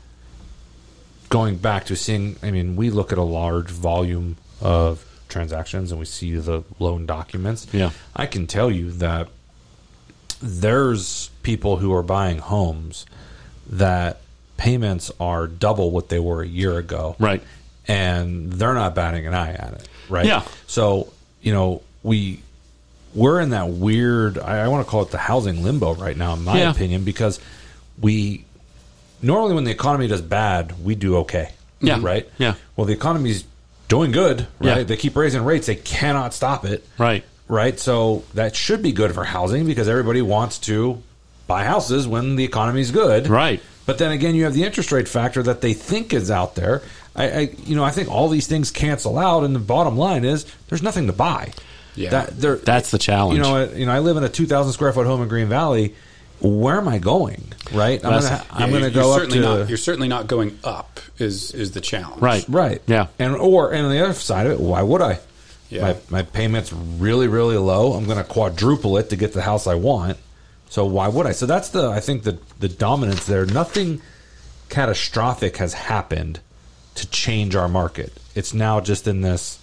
[SPEAKER 2] going back to seeing, I mean, we look at a large volume of transactions and we see the loan documents.
[SPEAKER 1] Yeah.
[SPEAKER 2] I can tell you that there's people who are buying homes that payments are double what they were a year ago.
[SPEAKER 1] Right.
[SPEAKER 2] And they're not batting an eye at it. Right.
[SPEAKER 1] Yeah.
[SPEAKER 2] So, you know, we we're in that weird I, I want to call it the housing limbo right now, in my
[SPEAKER 1] Yeah.
[SPEAKER 2] opinion, because we normally when the economy does bad, we do okay.
[SPEAKER 1] Yeah.
[SPEAKER 2] Right?
[SPEAKER 1] Yeah.
[SPEAKER 2] Well the economy's doing good, right?
[SPEAKER 1] Yeah.
[SPEAKER 2] They keep raising rates, they cannot stop it.
[SPEAKER 1] Right.
[SPEAKER 2] Right? So that should be good for housing because everybody wants to buy houses when the economy's good.
[SPEAKER 1] Right.
[SPEAKER 2] But then again, you have the interest rate factor that they think is out there. I, I you know, I think all these things cancel out, and the bottom line is there's nothing to buy.
[SPEAKER 3] Yeah.
[SPEAKER 2] that, there-
[SPEAKER 1] That's the challenge.
[SPEAKER 2] You know, I- you know, I live in a 2,000 square foot home in Green Valley. Where am I going? Right, I'm
[SPEAKER 1] That's-
[SPEAKER 2] gonna, I'm
[SPEAKER 3] Yeah,
[SPEAKER 2] gonna
[SPEAKER 3] you're-
[SPEAKER 2] go
[SPEAKER 3] you're
[SPEAKER 2] up
[SPEAKER 3] certainly
[SPEAKER 2] to
[SPEAKER 3] Not, you're certainly not going up. Is is the challenge?
[SPEAKER 1] Right.
[SPEAKER 2] Right.
[SPEAKER 1] Yeah.
[SPEAKER 2] And or and on the other side of it, why would I?
[SPEAKER 3] Yeah.
[SPEAKER 2] My my payment's really really low. I'm going to quadruple it to get the house I want. So why would I? So that's the I think the the dominance there. Nothing catastrophic has happened to change our market. It's now just in this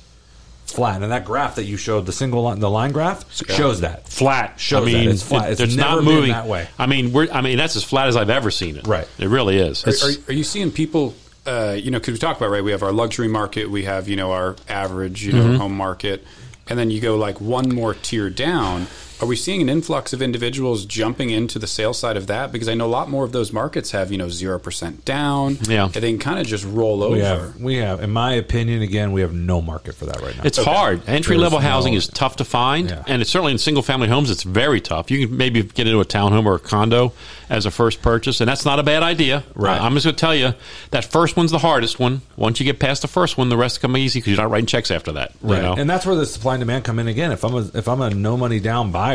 [SPEAKER 2] flat. And that graph that you showed, the single line, the line graph shows that
[SPEAKER 1] Flat.
[SPEAKER 2] Shows
[SPEAKER 1] I mean,
[SPEAKER 2] that. It's flat.
[SPEAKER 1] it-
[SPEAKER 2] It's,
[SPEAKER 1] it's
[SPEAKER 2] never
[SPEAKER 1] not moving
[SPEAKER 2] been that way.
[SPEAKER 1] I mean, we're. I mean, that's as flat as I've ever seen it.
[SPEAKER 2] Right.
[SPEAKER 1] It really is. It's,
[SPEAKER 3] Are, are, are you seeing people? Uh, you know, because we talk about right, we have our luxury market, we have you know our average you know
[SPEAKER 1] Mm-hmm.
[SPEAKER 3] home market, and then you go like one more tier down. Are we seeing an influx of individuals jumping into the sale side of that? Because I know a lot more of those markets have you know zero percent down.
[SPEAKER 1] Yeah.
[SPEAKER 3] and they can kind of just roll over.
[SPEAKER 2] We have we have in my opinion again we have no market for that right now.
[SPEAKER 1] It's hard. Entry level
[SPEAKER 2] There's no-
[SPEAKER 1] housing is tough to find,
[SPEAKER 2] Yeah.
[SPEAKER 1] and it's certainly in single family homes. It's very tough. You can maybe get into a townhome or a condo as a first purchase, and that's not a bad idea.
[SPEAKER 2] Right.
[SPEAKER 1] I- I'm just going to tell you that first one's the hardest one. Once you get past the first one, the rest come easy because you're not writing checks after that. you know?
[SPEAKER 2] and that's where the supply and demand come in again. If I'm a, if I'm a no money down buyer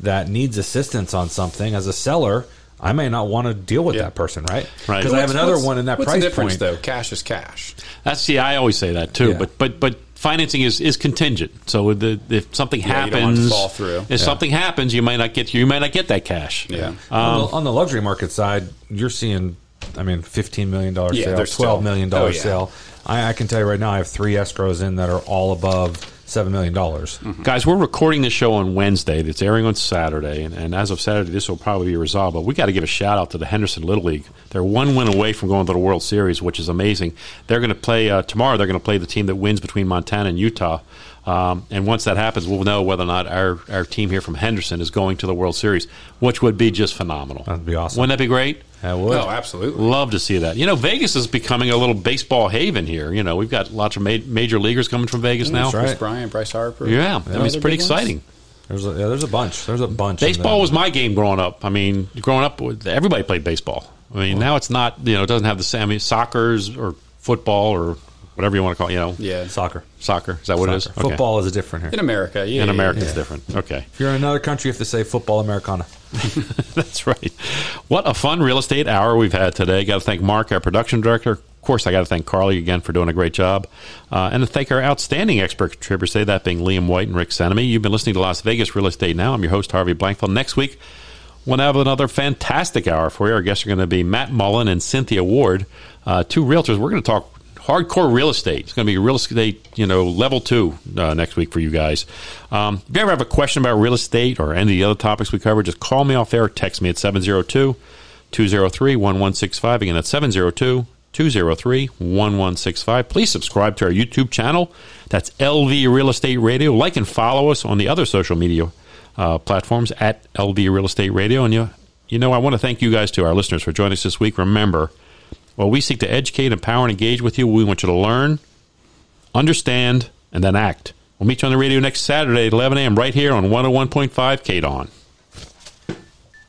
[SPEAKER 2] that needs assistance on something as a seller, I may not want to deal with
[SPEAKER 3] Yeah.
[SPEAKER 2] that person, right?
[SPEAKER 1] Right.
[SPEAKER 2] Because I have another one in that
[SPEAKER 3] what's
[SPEAKER 2] price
[SPEAKER 3] the difference
[SPEAKER 2] point.
[SPEAKER 3] though? Cash is cash.
[SPEAKER 1] That's see, I always say that too.
[SPEAKER 2] Yeah.
[SPEAKER 1] But but but financing is, is contingent. So the, if something
[SPEAKER 3] Yeah, you don't want it to
[SPEAKER 1] happens,
[SPEAKER 3] fall through.
[SPEAKER 1] If something happens, you might not get you might not get that cash.
[SPEAKER 3] Yeah.
[SPEAKER 2] on, the, on the luxury market side, you're seeing, I mean, fifteen million dollar
[SPEAKER 3] Yeah,
[SPEAKER 2] sale,
[SPEAKER 3] they're still-
[SPEAKER 2] twelve million dollar
[SPEAKER 3] oh, yeah.
[SPEAKER 2] sale. I, I can tell you right now, I have three escrows in that are all above seven million dollars.
[SPEAKER 1] Guys, we're recording the show on Wednesday. That's airing on Saturday, and, and as of Saturday, this will probably be resolved. But we got to give a shout out to the Henderson Little League. They're one win away from going to the World Series, which is amazing. They're going to play uh, tomorrow. They're going to play the team that wins between Montana and Utah. Um, and once that happens, we'll know whether or not our, our team here from Henderson is going to the World Series, which would be just phenomenal.
[SPEAKER 2] That'd be awesome.
[SPEAKER 1] Wouldn't that be great?
[SPEAKER 2] That would.
[SPEAKER 3] Oh, absolutely.
[SPEAKER 1] Love to see that. You know, Vegas is becoming a little baseball haven here. You know, we've got lots of ma- major leaguers coming from Vegas now.
[SPEAKER 2] that's right.
[SPEAKER 3] Chris Bryant, Bryce Harper.
[SPEAKER 1] Yeah, I
[SPEAKER 3] Any
[SPEAKER 1] mean, it's
[SPEAKER 3] other
[SPEAKER 1] pretty
[SPEAKER 3] big ones?
[SPEAKER 1] exciting.
[SPEAKER 2] There's a, yeah, there's a bunch. There's a bunch. in
[SPEAKER 1] Baseball
[SPEAKER 2] the-
[SPEAKER 1] was my game growing up. I mean, growing up, with- everybody played baseball. I mean, now it's not. You know, it doesn't have the same. I mean, soccer's or football or whatever you want to call. it, You know,
[SPEAKER 3] Yeah,
[SPEAKER 2] soccer.
[SPEAKER 1] soccer is that what it is?
[SPEAKER 2] Soccer.
[SPEAKER 1] Okay.
[SPEAKER 2] Football is different here.
[SPEAKER 3] in America. Yeah,
[SPEAKER 1] in
[SPEAKER 3] yeah,
[SPEAKER 1] America
[SPEAKER 3] yeah.
[SPEAKER 1] is different. Okay,
[SPEAKER 2] If you're in another country, you have to say football Americana.
[SPEAKER 1] That's right. What a fun real estate hour we've had today. Got to thank Mark, our production director. Of course, I got to thank Carly again for doing a great job. Uh, and to thank our outstanding expert contributors today, that being Liam White and Rick Senemy. You've been listening to Las Vegas Real Estate Now. I'm your host, Harvey Blankfeld. Next week, we'll have another fantastic hour for you. Our guests are going to be Matt Mullen and Cynthia Ward, uh, two realtors. We're going to talk hardcore real estate. It's going to be real estate, you know, level two uh, next week for you guys. Um, if you ever have a question about real estate or any of the other topics we cover, just call me off air, text me at 702 203 1165. Again, that's 702 203 1165. Please subscribe to our YouTube channel. That's LV Real Estate Radio. Like and follow us on the other social media uh, platforms at LV Real Estate Radio. And you, you know, I want to thank you guys, to our listeners, for joining us this week. Remember, while we seek to educate, empower, and engage with you, we want you to learn, oh understand, and then act. We'll meet you on the radio next Saturday at 11 a.m. right here on 101.5 KDON.